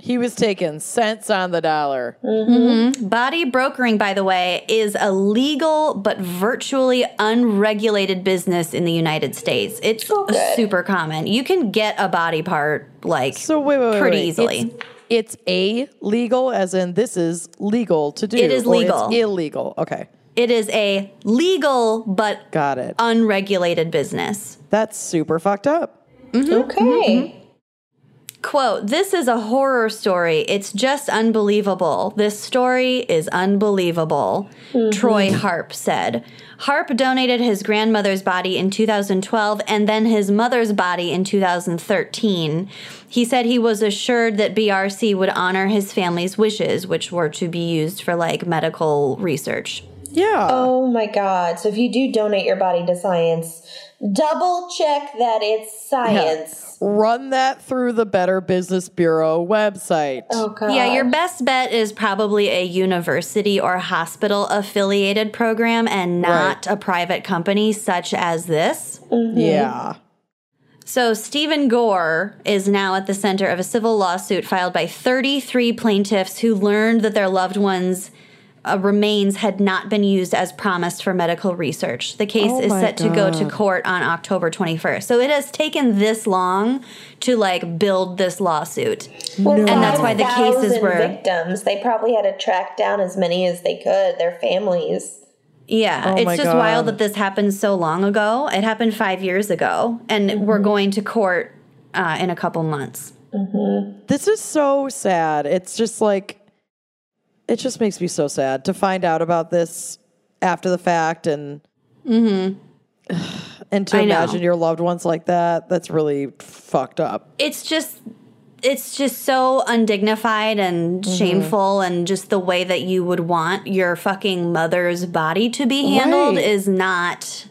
[SPEAKER 1] He was taking cents on the dollar.
[SPEAKER 3] Mm.
[SPEAKER 2] Body brokering, by the way, is a legal but virtually unregulated business in the United States. It's
[SPEAKER 3] Okay.
[SPEAKER 2] super common. You can get a body part like
[SPEAKER 1] So wait, wait, wait
[SPEAKER 2] Pretty
[SPEAKER 1] wait.
[SPEAKER 2] easily.
[SPEAKER 1] It's, it's a legal, as in this is legal to do.
[SPEAKER 2] It is
[SPEAKER 1] or
[SPEAKER 2] legal.
[SPEAKER 1] It's illegal. Okay,
[SPEAKER 2] It is a legal but
[SPEAKER 1] got it.
[SPEAKER 2] Uh, unregulated business.
[SPEAKER 1] That's super fucked up.
[SPEAKER 2] Mm-hmm.
[SPEAKER 3] Okay.
[SPEAKER 2] Quote, this is a horror story. It's just unbelievable. This story is unbelievable, Troy Harp said. Harp donated his grandmother's body in 2012 and then his mother's body in 2013. He said he was assured that BRC would honor his family's wishes, which were to be used for like medical research.
[SPEAKER 1] Yeah.
[SPEAKER 3] Oh my God. So if you do donate your body to science, double check that it's science.
[SPEAKER 1] Run that through the Better Business Bureau website.
[SPEAKER 3] Oh God.
[SPEAKER 2] Yeah,
[SPEAKER 1] Um,
[SPEAKER 2] your best bet is probably a university or hospital affiliated program and not a private company such as this.
[SPEAKER 3] Mm-hmm.
[SPEAKER 1] Yeah.
[SPEAKER 2] So, Stephen Gore is now at the center of a civil lawsuit filed by 33 plaintiffs who learned that their loved ones. Uh, remains had not been used as promised for medical research. The case
[SPEAKER 1] Oh
[SPEAKER 2] is
[SPEAKER 1] my
[SPEAKER 2] set to go to
[SPEAKER 1] God.
[SPEAKER 2] court on October 21st. So it has taken this long to like build this lawsuit.
[SPEAKER 3] Well,
[SPEAKER 2] And that's why the cases
[SPEAKER 3] 5,000
[SPEAKER 2] were-
[SPEAKER 3] victims. They probably had to track down as many as they could. Their families.
[SPEAKER 2] Yeah,
[SPEAKER 1] Oh
[SPEAKER 2] it's
[SPEAKER 1] my
[SPEAKER 2] just wild
[SPEAKER 1] God.
[SPEAKER 2] that this happened so long ago. It happened five years ago, and
[SPEAKER 1] Mm-hmm.
[SPEAKER 2] we're going to court uh, in a couple months.
[SPEAKER 1] This is so sad. It's just like, it just makes me so sad to find out about this after the fact and, and to
[SPEAKER 2] Mm-hmm. I know.
[SPEAKER 1] imagine your loved ones like that. That's really fucked up.
[SPEAKER 2] It's just, it's just so undignified and
[SPEAKER 1] Mm-hmm.
[SPEAKER 2] shameful, and just the way that you would want your fucking mother's body to be handled
[SPEAKER 1] Right. Mm-hmm.
[SPEAKER 2] is not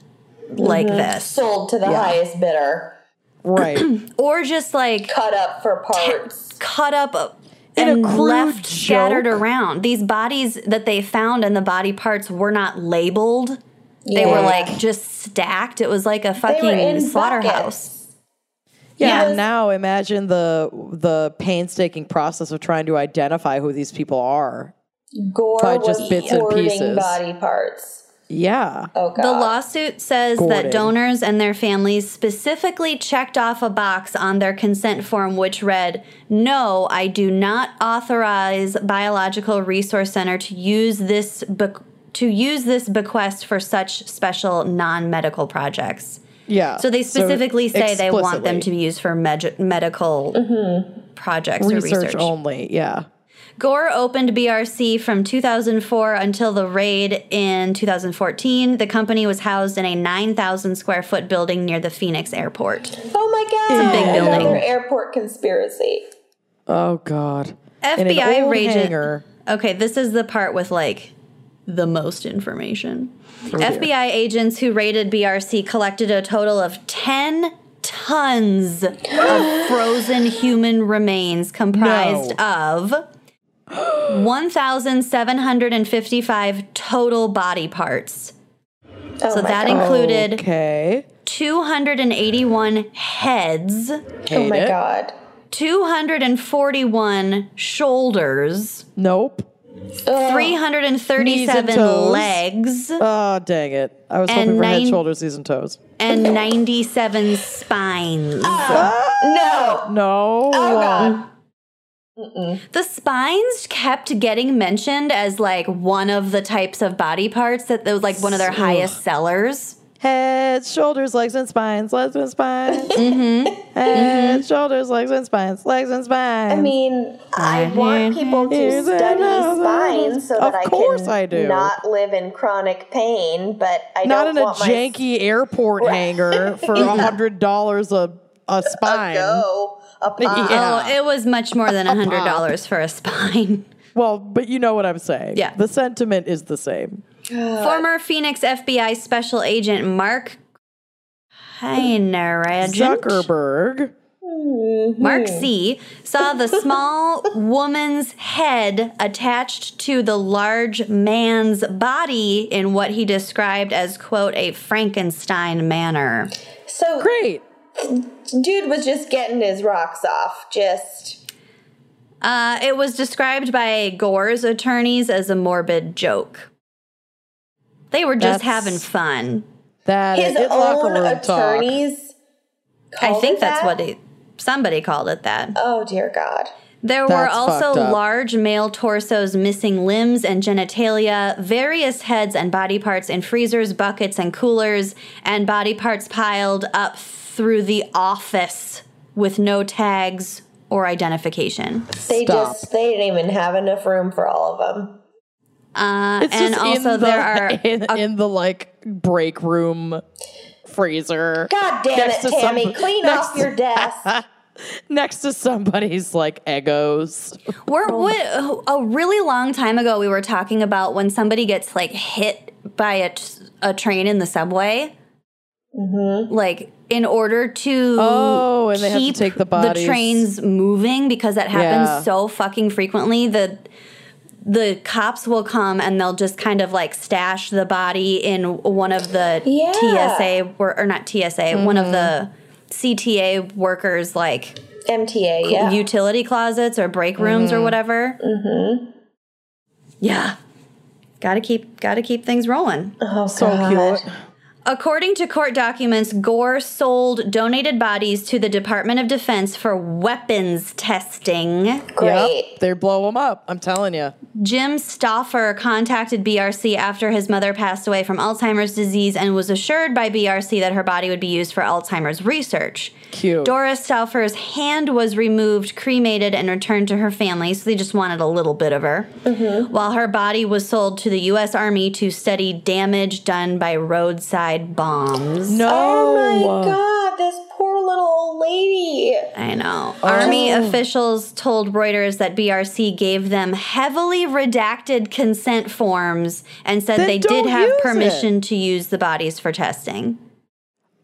[SPEAKER 2] like this,
[SPEAKER 3] Sold to the highest bidder.
[SPEAKER 1] Right.
[SPEAKER 2] or just like
[SPEAKER 3] Cut up for parts.
[SPEAKER 2] cut up uh,
[SPEAKER 1] In a
[SPEAKER 2] and
[SPEAKER 1] crude
[SPEAKER 2] left scattered
[SPEAKER 1] joke?
[SPEAKER 2] around. These bodies that they found and the body parts were not labeled. They
[SPEAKER 3] Yeah.
[SPEAKER 2] were like just stacked. It was like a
[SPEAKER 3] They were in
[SPEAKER 2] fucking slaughterhouse.
[SPEAKER 3] buckets.
[SPEAKER 1] Yeah,
[SPEAKER 2] Yeah.
[SPEAKER 1] and now imagine the the painstaking process of trying to identify who these people are.
[SPEAKER 3] Gore
[SPEAKER 1] By just
[SPEAKER 3] was
[SPEAKER 1] bits and
[SPEAKER 3] hoarding
[SPEAKER 1] pieces.
[SPEAKER 3] body parts.
[SPEAKER 1] Yeah.
[SPEAKER 3] Oh god.
[SPEAKER 2] The lawsuit says
[SPEAKER 1] Gordon.
[SPEAKER 2] that donors and their families specifically checked off a box on their consent form which read, No, I do not authorize Biological Resource Center to use this bequ- to use this bequest for such special non-medical projects.
[SPEAKER 1] Yeah.
[SPEAKER 2] So they specifically say they want them to
[SPEAKER 1] explicitly.
[SPEAKER 2] be used for med- medical projects or
[SPEAKER 1] research
[SPEAKER 2] research.
[SPEAKER 1] only. Yeah.
[SPEAKER 2] Gore opened BRC from 2004 until the raid in 2014. The company was housed in a 9,000 square foot building near the Phoenix airport.
[SPEAKER 3] oh my god.
[SPEAKER 2] big building.
[SPEAKER 3] Another airport conspiracy.
[SPEAKER 1] Oh God. And an
[SPEAKER 2] FBI
[SPEAKER 1] old
[SPEAKER 2] raged.
[SPEAKER 1] hanger.
[SPEAKER 2] Okay, this is the part with like the most information.
[SPEAKER 3] Oh,
[SPEAKER 2] FBI agents who raided BRC collected a total of 10 tons of frozen human remains comprised of 1,755 total body parts.
[SPEAKER 3] Oh
[SPEAKER 2] so
[SPEAKER 3] my
[SPEAKER 2] that
[SPEAKER 3] god.
[SPEAKER 2] included
[SPEAKER 1] Okay.
[SPEAKER 2] 281 heads,
[SPEAKER 1] Hate
[SPEAKER 3] Oh my
[SPEAKER 1] it.
[SPEAKER 3] god.
[SPEAKER 2] 241 shoulders,
[SPEAKER 1] Nope.
[SPEAKER 3] Ugh.
[SPEAKER 2] 337
[SPEAKER 1] toes.
[SPEAKER 2] legs
[SPEAKER 1] Oh dang it! I was
[SPEAKER 2] And
[SPEAKER 1] hoping for head,
[SPEAKER 2] nine-
[SPEAKER 1] shoulders, knees, and toes.
[SPEAKER 2] and 97 spines.
[SPEAKER 3] No.
[SPEAKER 1] No.
[SPEAKER 3] Oh god.
[SPEAKER 2] The spines kept getting mentioned as like one of the types of body parts that that was like one of their highest sellers.
[SPEAKER 1] Head, shoulders, legs, and spines. Legs and spines. mm-hmm. Head, shoulders, legs, and spines. Legs and spines.
[SPEAKER 3] I mean, I want people to
[SPEAKER 1] Here's
[SPEAKER 3] study
[SPEAKER 1] another-
[SPEAKER 3] spines so
[SPEAKER 1] Of
[SPEAKER 3] that I
[SPEAKER 1] course
[SPEAKER 3] can
[SPEAKER 1] I do.
[SPEAKER 3] not live in chronic pain, but I
[SPEAKER 1] not
[SPEAKER 3] don't
[SPEAKER 1] in a
[SPEAKER 3] want my
[SPEAKER 1] janky airport hangar for a hundred dollars a a spine.
[SPEAKER 3] go up
[SPEAKER 1] Yeah.
[SPEAKER 2] Oh, it was much more than $100 for a spine.
[SPEAKER 1] Well, but you know what I'm saying.
[SPEAKER 2] Yeah.
[SPEAKER 1] The sentiment is the same.
[SPEAKER 2] Former Phoenix FBI special agent Mark Heineragent.
[SPEAKER 1] Zuckerberg.
[SPEAKER 2] Mark C saw the small woman's head attached to the large man's body in what he described as quote a Frankenstein manner.
[SPEAKER 3] So
[SPEAKER 1] Great.
[SPEAKER 3] dude was just getting his rocks off. Just
[SPEAKER 2] Uh, it was described by Gore's attorneys as a morbid joke. They were just
[SPEAKER 1] That's-
[SPEAKER 2] having fun.
[SPEAKER 1] That
[SPEAKER 3] his
[SPEAKER 1] it's locker
[SPEAKER 3] own
[SPEAKER 1] room talk.
[SPEAKER 3] attorneys.
[SPEAKER 2] I
[SPEAKER 3] called
[SPEAKER 2] think
[SPEAKER 3] it
[SPEAKER 2] that's
[SPEAKER 3] that?
[SPEAKER 2] what it, somebody called it that.
[SPEAKER 3] Oh dear God.
[SPEAKER 2] There were
[SPEAKER 1] That's
[SPEAKER 2] also
[SPEAKER 1] fucked up.
[SPEAKER 2] large male torsos, missing limbs and genitalia, various heads and body parts in freezers, buckets, and coolers, and body parts piled up through the office with no tags or identification.
[SPEAKER 3] They
[SPEAKER 1] Stop.
[SPEAKER 3] just they didn't even have enough room for all of them.
[SPEAKER 2] Uh,
[SPEAKER 1] It's
[SPEAKER 2] and
[SPEAKER 1] just
[SPEAKER 2] also,
[SPEAKER 1] in the,
[SPEAKER 2] there are
[SPEAKER 1] in, in the like break room freezer.
[SPEAKER 3] God damn
[SPEAKER 1] Next
[SPEAKER 3] it,
[SPEAKER 1] to
[SPEAKER 3] Tammy!
[SPEAKER 1] some-
[SPEAKER 3] clean
[SPEAKER 1] next-
[SPEAKER 3] off your desk.
[SPEAKER 1] next to somebody's like egos.
[SPEAKER 3] Oh
[SPEAKER 2] We're
[SPEAKER 1] Oh.
[SPEAKER 2] what, a really long time ago. We were talking about when somebody gets like hit by a, t- a train in the subway. Like in order to
[SPEAKER 1] Mm-hmm. Oh, and they have to
[SPEAKER 2] keep
[SPEAKER 1] take the bodies.
[SPEAKER 2] trains moving because that happens
[SPEAKER 1] Yeah.
[SPEAKER 2] so fucking frequently. The the cops will come and they'll just kind of like stash the body in one of the
[SPEAKER 3] Yeah.
[SPEAKER 2] TSA wor- or not TSA, one of the
[SPEAKER 1] Mm-hmm.
[SPEAKER 2] CTA workers like
[SPEAKER 3] MTA, yeah.
[SPEAKER 2] utility closets or break rooms or whatever. Mm-hmm. Yeah. Gotta keep gotta keep things rolling.
[SPEAKER 3] oh,
[SPEAKER 1] So
[SPEAKER 3] God.
[SPEAKER 1] cute.
[SPEAKER 2] According to court documents, Gore sold donated bodies to the Department of Defense for weapons testing.
[SPEAKER 3] Great.
[SPEAKER 1] Yep, they blow them up. I'm telling you.
[SPEAKER 2] Jim Stauffer contacted BRC after his mother passed away from Alzheimer's disease and was assured by BRC that her body would be used for Alzheimer's research.
[SPEAKER 1] Cute.
[SPEAKER 2] Doris Stauffer's hand was removed, cremated, and returned to her family, so they just wanted a little bit of her.
[SPEAKER 1] Mm-hmm.
[SPEAKER 2] While her body was sold to the U.S. Army to study damage done by roadside bombs.
[SPEAKER 1] no. uh
[SPEAKER 3] Oh my God, this poor little old lady.
[SPEAKER 2] I know. Army
[SPEAKER 1] Oh.
[SPEAKER 2] officials told Reuters that BRC gave them heavily redacted consent forms and said
[SPEAKER 1] Then
[SPEAKER 2] they
[SPEAKER 1] don't
[SPEAKER 2] did have
[SPEAKER 1] use
[SPEAKER 2] permission to use the bodies for testing.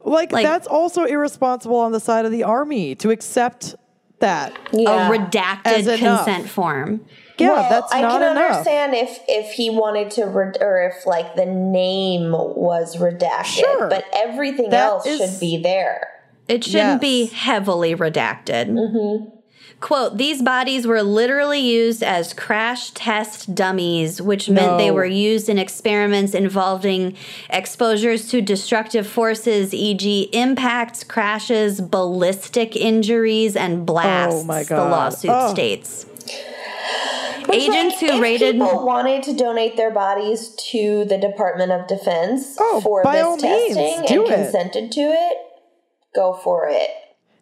[SPEAKER 1] Like,
[SPEAKER 2] Like-
[SPEAKER 1] that's also irresponsible on the side of the army to accept that.
[SPEAKER 3] Yeah.
[SPEAKER 2] A redacted
[SPEAKER 1] As enough.
[SPEAKER 2] consent form.
[SPEAKER 1] Yeah,
[SPEAKER 3] Well,
[SPEAKER 1] that's
[SPEAKER 3] I
[SPEAKER 1] not
[SPEAKER 3] can
[SPEAKER 1] enough.
[SPEAKER 3] understand if if he wanted to, re- or if like the name was redacted,
[SPEAKER 1] Sure.
[SPEAKER 3] but everything
[SPEAKER 1] That
[SPEAKER 3] else
[SPEAKER 1] is-
[SPEAKER 3] should be there.
[SPEAKER 2] It shouldn't be
[SPEAKER 1] Yes. Mm-hmm.
[SPEAKER 2] heavily redacted. Quote, these bodies were literally used as crash test dummies, which meant they
[SPEAKER 1] No.
[SPEAKER 2] were used in experiments involving exposures to destructive forces, e.g., impacts, crashes, ballistic injuries, and blasts,
[SPEAKER 1] Oh my
[SPEAKER 2] the
[SPEAKER 1] God.
[SPEAKER 2] lawsuit
[SPEAKER 1] Oh.
[SPEAKER 2] states.
[SPEAKER 3] Which,
[SPEAKER 2] Agents
[SPEAKER 3] like,
[SPEAKER 2] who
[SPEAKER 3] if
[SPEAKER 2] raided.
[SPEAKER 3] people wanted to donate their bodies to the Department of Defense
[SPEAKER 1] Oh,
[SPEAKER 3] for
[SPEAKER 1] by
[SPEAKER 3] this
[SPEAKER 1] all means,
[SPEAKER 3] testing
[SPEAKER 1] do
[SPEAKER 3] and
[SPEAKER 1] it.
[SPEAKER 3] consented to it, go for it.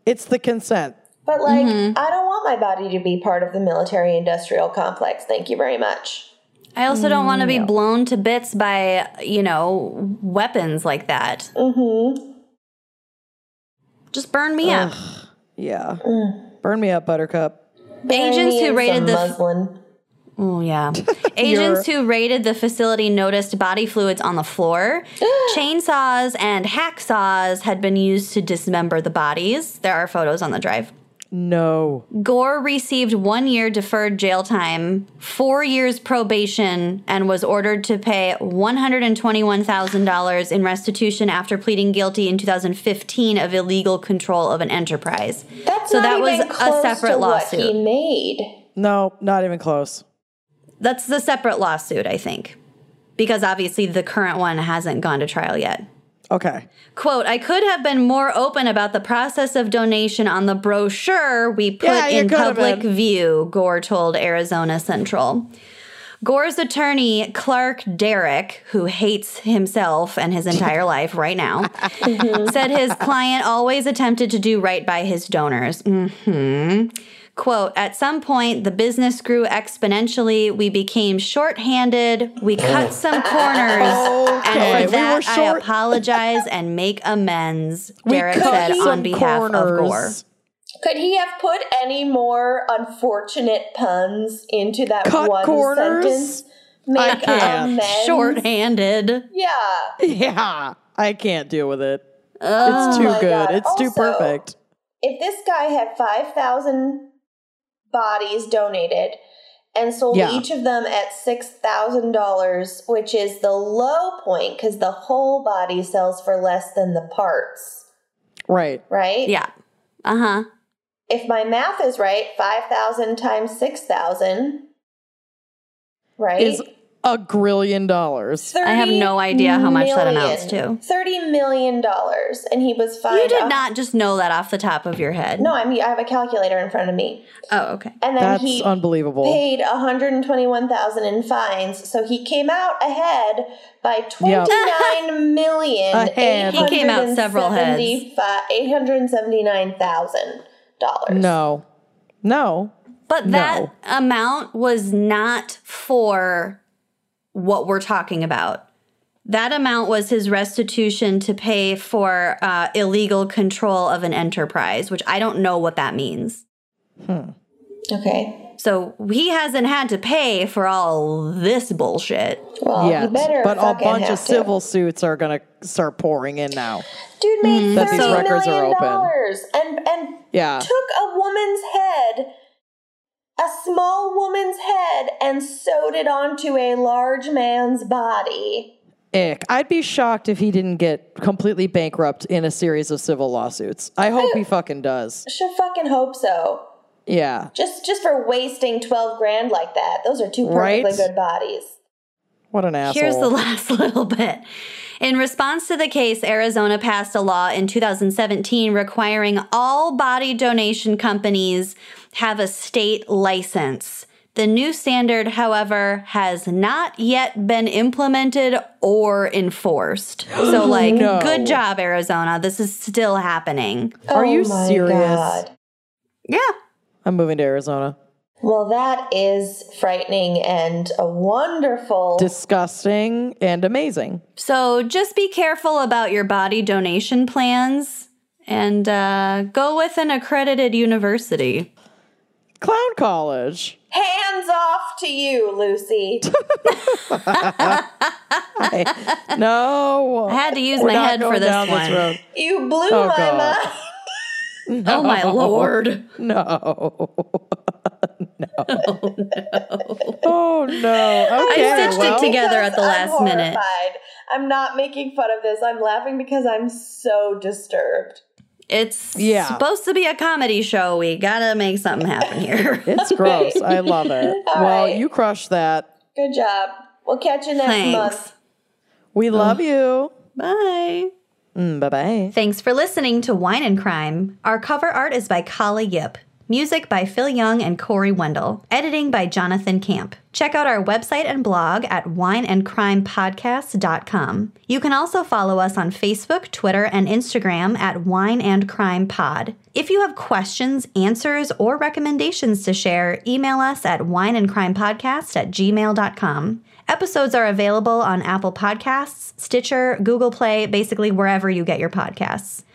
[SPEAKER 1] It's the consent.
[SPEAKER 3] But like,
[SPEAKER 2] Mm-hmm.
[SPEAKER 3] I don't want my body to be part of the military-industrial complex. Thank you very much.
[SPEAKER 2] I also don't want to be blown to bits by, you know, weapons like that.
[SPEAKER 3] Mm-hmm.
[SPEAKER 2] Just burn me up.
[SPEAKER 1] Yeah.
[SPEAKER 3] Mm.
[SPEAKER 1] Burn me up, Buttercup.
[SPEAKER 2] Agents who raided the.
[SPEAKER 3] muslin.
[SPEAKER 2] Oh yeah. Agents who raided the facility noticed body fluids on the floor. Chainsaws and hacksaws had been used to dismember the bodies. There are photos on the drive.
[SPEAKER 1] No.
[SPEAKER 2] Gore received one year deferred jail time, four years probation, and was ordered to pay $121,000 in restitution after pleading guilty in 2015 of illegal control of an enterprise.
[SPEAKER 3] That's
[SPEAKER 2] so
[SPEAKER 3] not
[SPEAKER 2] that was
[SPEAKER 3] even
[SPEAKER 2] a
[SPEAKER 3] close
[SPEAKER 2] separate
[SPEAKER 3] to what
[SPEAKER 2] lawsuit.
[SPEAKER 3] he made.
[SPEAKER 1] No, not even close.
[SPEAKER 2] That's the separate lawsuit, I think, because obviously the current one hasn't gone to trial yet.
[SPEAKER 1] Okay.
[SPEAKER 2] Quote, I could have been more open about the process of donation on the brochure we put
[SPEAKER 1] Yeah, you
[SPEAKER 2] in
[SPEAKER 1] could have
[SPEAKER 2] public
[SPEAKER 1] been.
[SPEAKER 2] view, Gore told Arizona Central. Gore's attorney, Clark Derrick, who hates himself and his entire life right now, said his client always attempted to do right by his donors. hmm Quote, at some point, the business grew exponentially. We became shorthanded. We
[SPEAKER 1] Oh.
[SPEAKER 2] cut some corners.
[SPEAKER 1] Okay,
[SPEAKER 2] And
[SPEAKER 1] we
[SPEAKER 2] for that,
[SPEAKER 1] were
[SPEAKER 2] I
[SPEAKER 1] short.
[SPEAKER 2] apologize and make amends,
[SPEAKER 1] We
[SPEAKER 2] Derek
[SPEAKER 1] cut
[SPEAKER 2] said on
[SPEAKER 1] some
[SPEAKER 2] behalf
[SPEAKER 1] corners.
[SPEAKER 2] of Gore.
[SPEAKER 3] Could he have put any more unfortunate puns into that
[SPEAKER 1] Cut
[SPEAKER 3] one
[SPEAKER 1] corners?
[SPEAKER 3] sentence?
[SPEAKER 1] I
[SPEAKER 3] Make
[SPEAKER 1] can't.
[SPEAKER 3] amends?
[SPEAKER 2] Um, Shorthanded.
[SPEAKER 3] Yeah.
[SPEAKER 1] Yeah. I can't deal with it. it's
[SPEAKER 3] Oh my
[SPEAKER 1] too good.
[SPEAKER 3] God.
[SPEAKER 1] It's too
[SPEAKER 3] Also-
[SPEAKER 1] perfect.
[SPEAKER 3] If this guy had 5,000 bodies donated and sold
[SPEAKER 1] Yeah.
[SPEAKER 3] each of them at $6,000, which is the low point because the whole body sells for less than the parts,
[SPEAKER 1] Right.
[SPEAKER 3] right?
[SPEAKER 2] Yeah. Uh huh.
[SPEAKER 3] If my math is right, 5,000 times 6,000, right?
[SPEAKER 1] Is a grillion dollars.
[SPEAKER 2] I have no idea how much that amounts to.
[SPEAKER 3] Thirty million dollars, and he was fined.
[SPEAKER 2] You did
[SPEAKER 3] off-
[SPEAKER 2] not just know that off the top of your head.
[SPEAKER 3] uh, No, I mean I have a calculator in front of me,
[SPEAKER 2] Oh, okay.
[SPEAKER 3] and then
[SPEAKER 1] That's
[SPEAKER 3] he
[SPEAKER 1] unbelievable.
[SPEAKER 3] paid one hundred and twenty-one thousand in fines, so he came out ahead by
[SPEAKER 1] Yep.
[SPEAKER 3] twenty-nine million.
[SPEAKER 1] Ahead.
[SPEAKER 2] He came out several heads.
[SPEAKER 3] Eight hundred seventy-nine thousand dollars.
[SPEAKER 1] No. No.
[SPEAKER 2] But that
[SPEAKER 1] No.
[SPEAKER 2] amount was not for what we're talking about. That amount was his restitution to pay for uh, illegal control of an enterprise, which I don't know what that means.
[SPEAKER 3] Okay.
[SPEAKER 2] So he hasn't had to pay for all this bullshit.
[SPEAKER 3] Well,
[SPEAKER 1] yet.
[SPEAKER 3] he better.
[SPEAKER 1] But a
[SPEAKER 3] fucking
[SPEAKER 1] bunch of
[SPEAKER 3] have to.
[SPEAKER 1] civil suits are going to start pouring in now.
[SPEAKER 3] dude made
[SPEAKER 1] Mm. That these
[SPEAKER 3] thirty
[SPEAKER 1] records are
[SPEAKER 3] million
[SPEAKER 1] open.
[SPEAKER 3] dollars and and
[SPEAKER 1] Yeah.
[SPEAKER 3] took a woman's head, a small woman's head, and sewed it onto a large man's body.
[SPEAKER 1] Ick. I'd be shocked if he didn't get completely bankrupt in a series of civil lawsuits. I hope he fucking does.
[SPEAKER 3] Should fucking hope so.
[SPEAKER 1] Yeah.
[SPEAKER 3] Just just for wasting twelve grand like that. Those are two perfectly
[SPEAKER 1] Right?
[SPEAKER 3] good bodies.
[SPEAKER 1] What an asshole.
[SPEAKER 2] Here's the last little bit. In response to the case, Arizona passed a law in 2017 requiring all body donation companies have a state license. The new standard, however, has not yet been implemented or enforced. So, like,
[SPEAKER 1] No.
[SPEAKER 2] good job, Arizona. This is still happening.
[SPEAKER 1] Are you
[SPEAKER 3] Oh my
[SPEAKER 1] serious?
[SPEAKER 2] Yeah.
[SPEAKER 1] I'm moving to Arizona.
[SPEAKER 3] Well, that is frightening and a wonderful.
[SPEAKER 1] Disgusting and amazing.
[SPEAKER 2] So just be careful about your body donation plans and uh, go with an accredited university.
[SPEAKER 1] Clown College.
[SPEAKER 3] hands off to you, Lucy.
[SPEAKER 1] I- no.
[SPEAKER 2] I had to use
[SPEAKER 1] We're
[SPEAKER 2] my
[SPEAKER 1] not
[SPEAKER 2] head for
[SPEAKER 1] going
[SPEAKER 2] this
[SPEAKER 1] down
[SPEAKER 2] one.
[SPEAKER 1] road.
[SPEAKER 3] you blew
[SPEAKER 1] Oh,
[SPEAKER 3] my
[SPEAKER 1] God.
[SPEAKER 3] mind.
[SPEAKER 2] Oh my lord.
[SPEAKER 1] No. no. Oh no. Okay.
[SPEAKER 2] Oh, I stitched
[SPEAKER 1] well,
[SPEAKER 2] it together at the
[SPEAKER 3] Because
[SPEAKER 2] last
[SPEAKER 3] I'm
[SPEAKER 2] minute.
[SPEAKER 3] horrified. I'm not making fun of this. I'm laughing because I'm so disturbed.
[SPEAKER 2] It's
[SPEAKER 1] Yeah.
[SPEAKER 2] supposed to be a comedy show. We gotta make something happen here.
[SPEAKER 1] It's gross. I love it.
[SPEAKER 3] All
[SPEAKER 1] well,
[SPEAKER 3] right.
[SPEAKER 1] you crushed that.
[SPEAKER 3] Good job. We'll catch you next month.
[SPEAKER 2] Thanks.
[SPEAKER 1] We love
[SPEAKER 2] Um,
[SPEAKER 1] you.
[SPEAKER 2] Bye.
[SPEAKER 1] Mm, bye bye.
[SPEAKER 2] Thanks for listening to Wine and Crime. Our cover art is by Kala Yip. Music by Phil Young and Corey Wendell. Editing by Jonathan Camp. Check out our website and blog at wineandcrimepodcast.com. You can also follow us on Facebook, Twitter, and Instagram at Wine and Crime Pod. If you have questions, answers, or recommendations to share, email us at wineandcrimepodcast at gmail.com. Episodes are available on Apple Podcasts, Stitcher, Google Play, basically wherever you get your podcasts.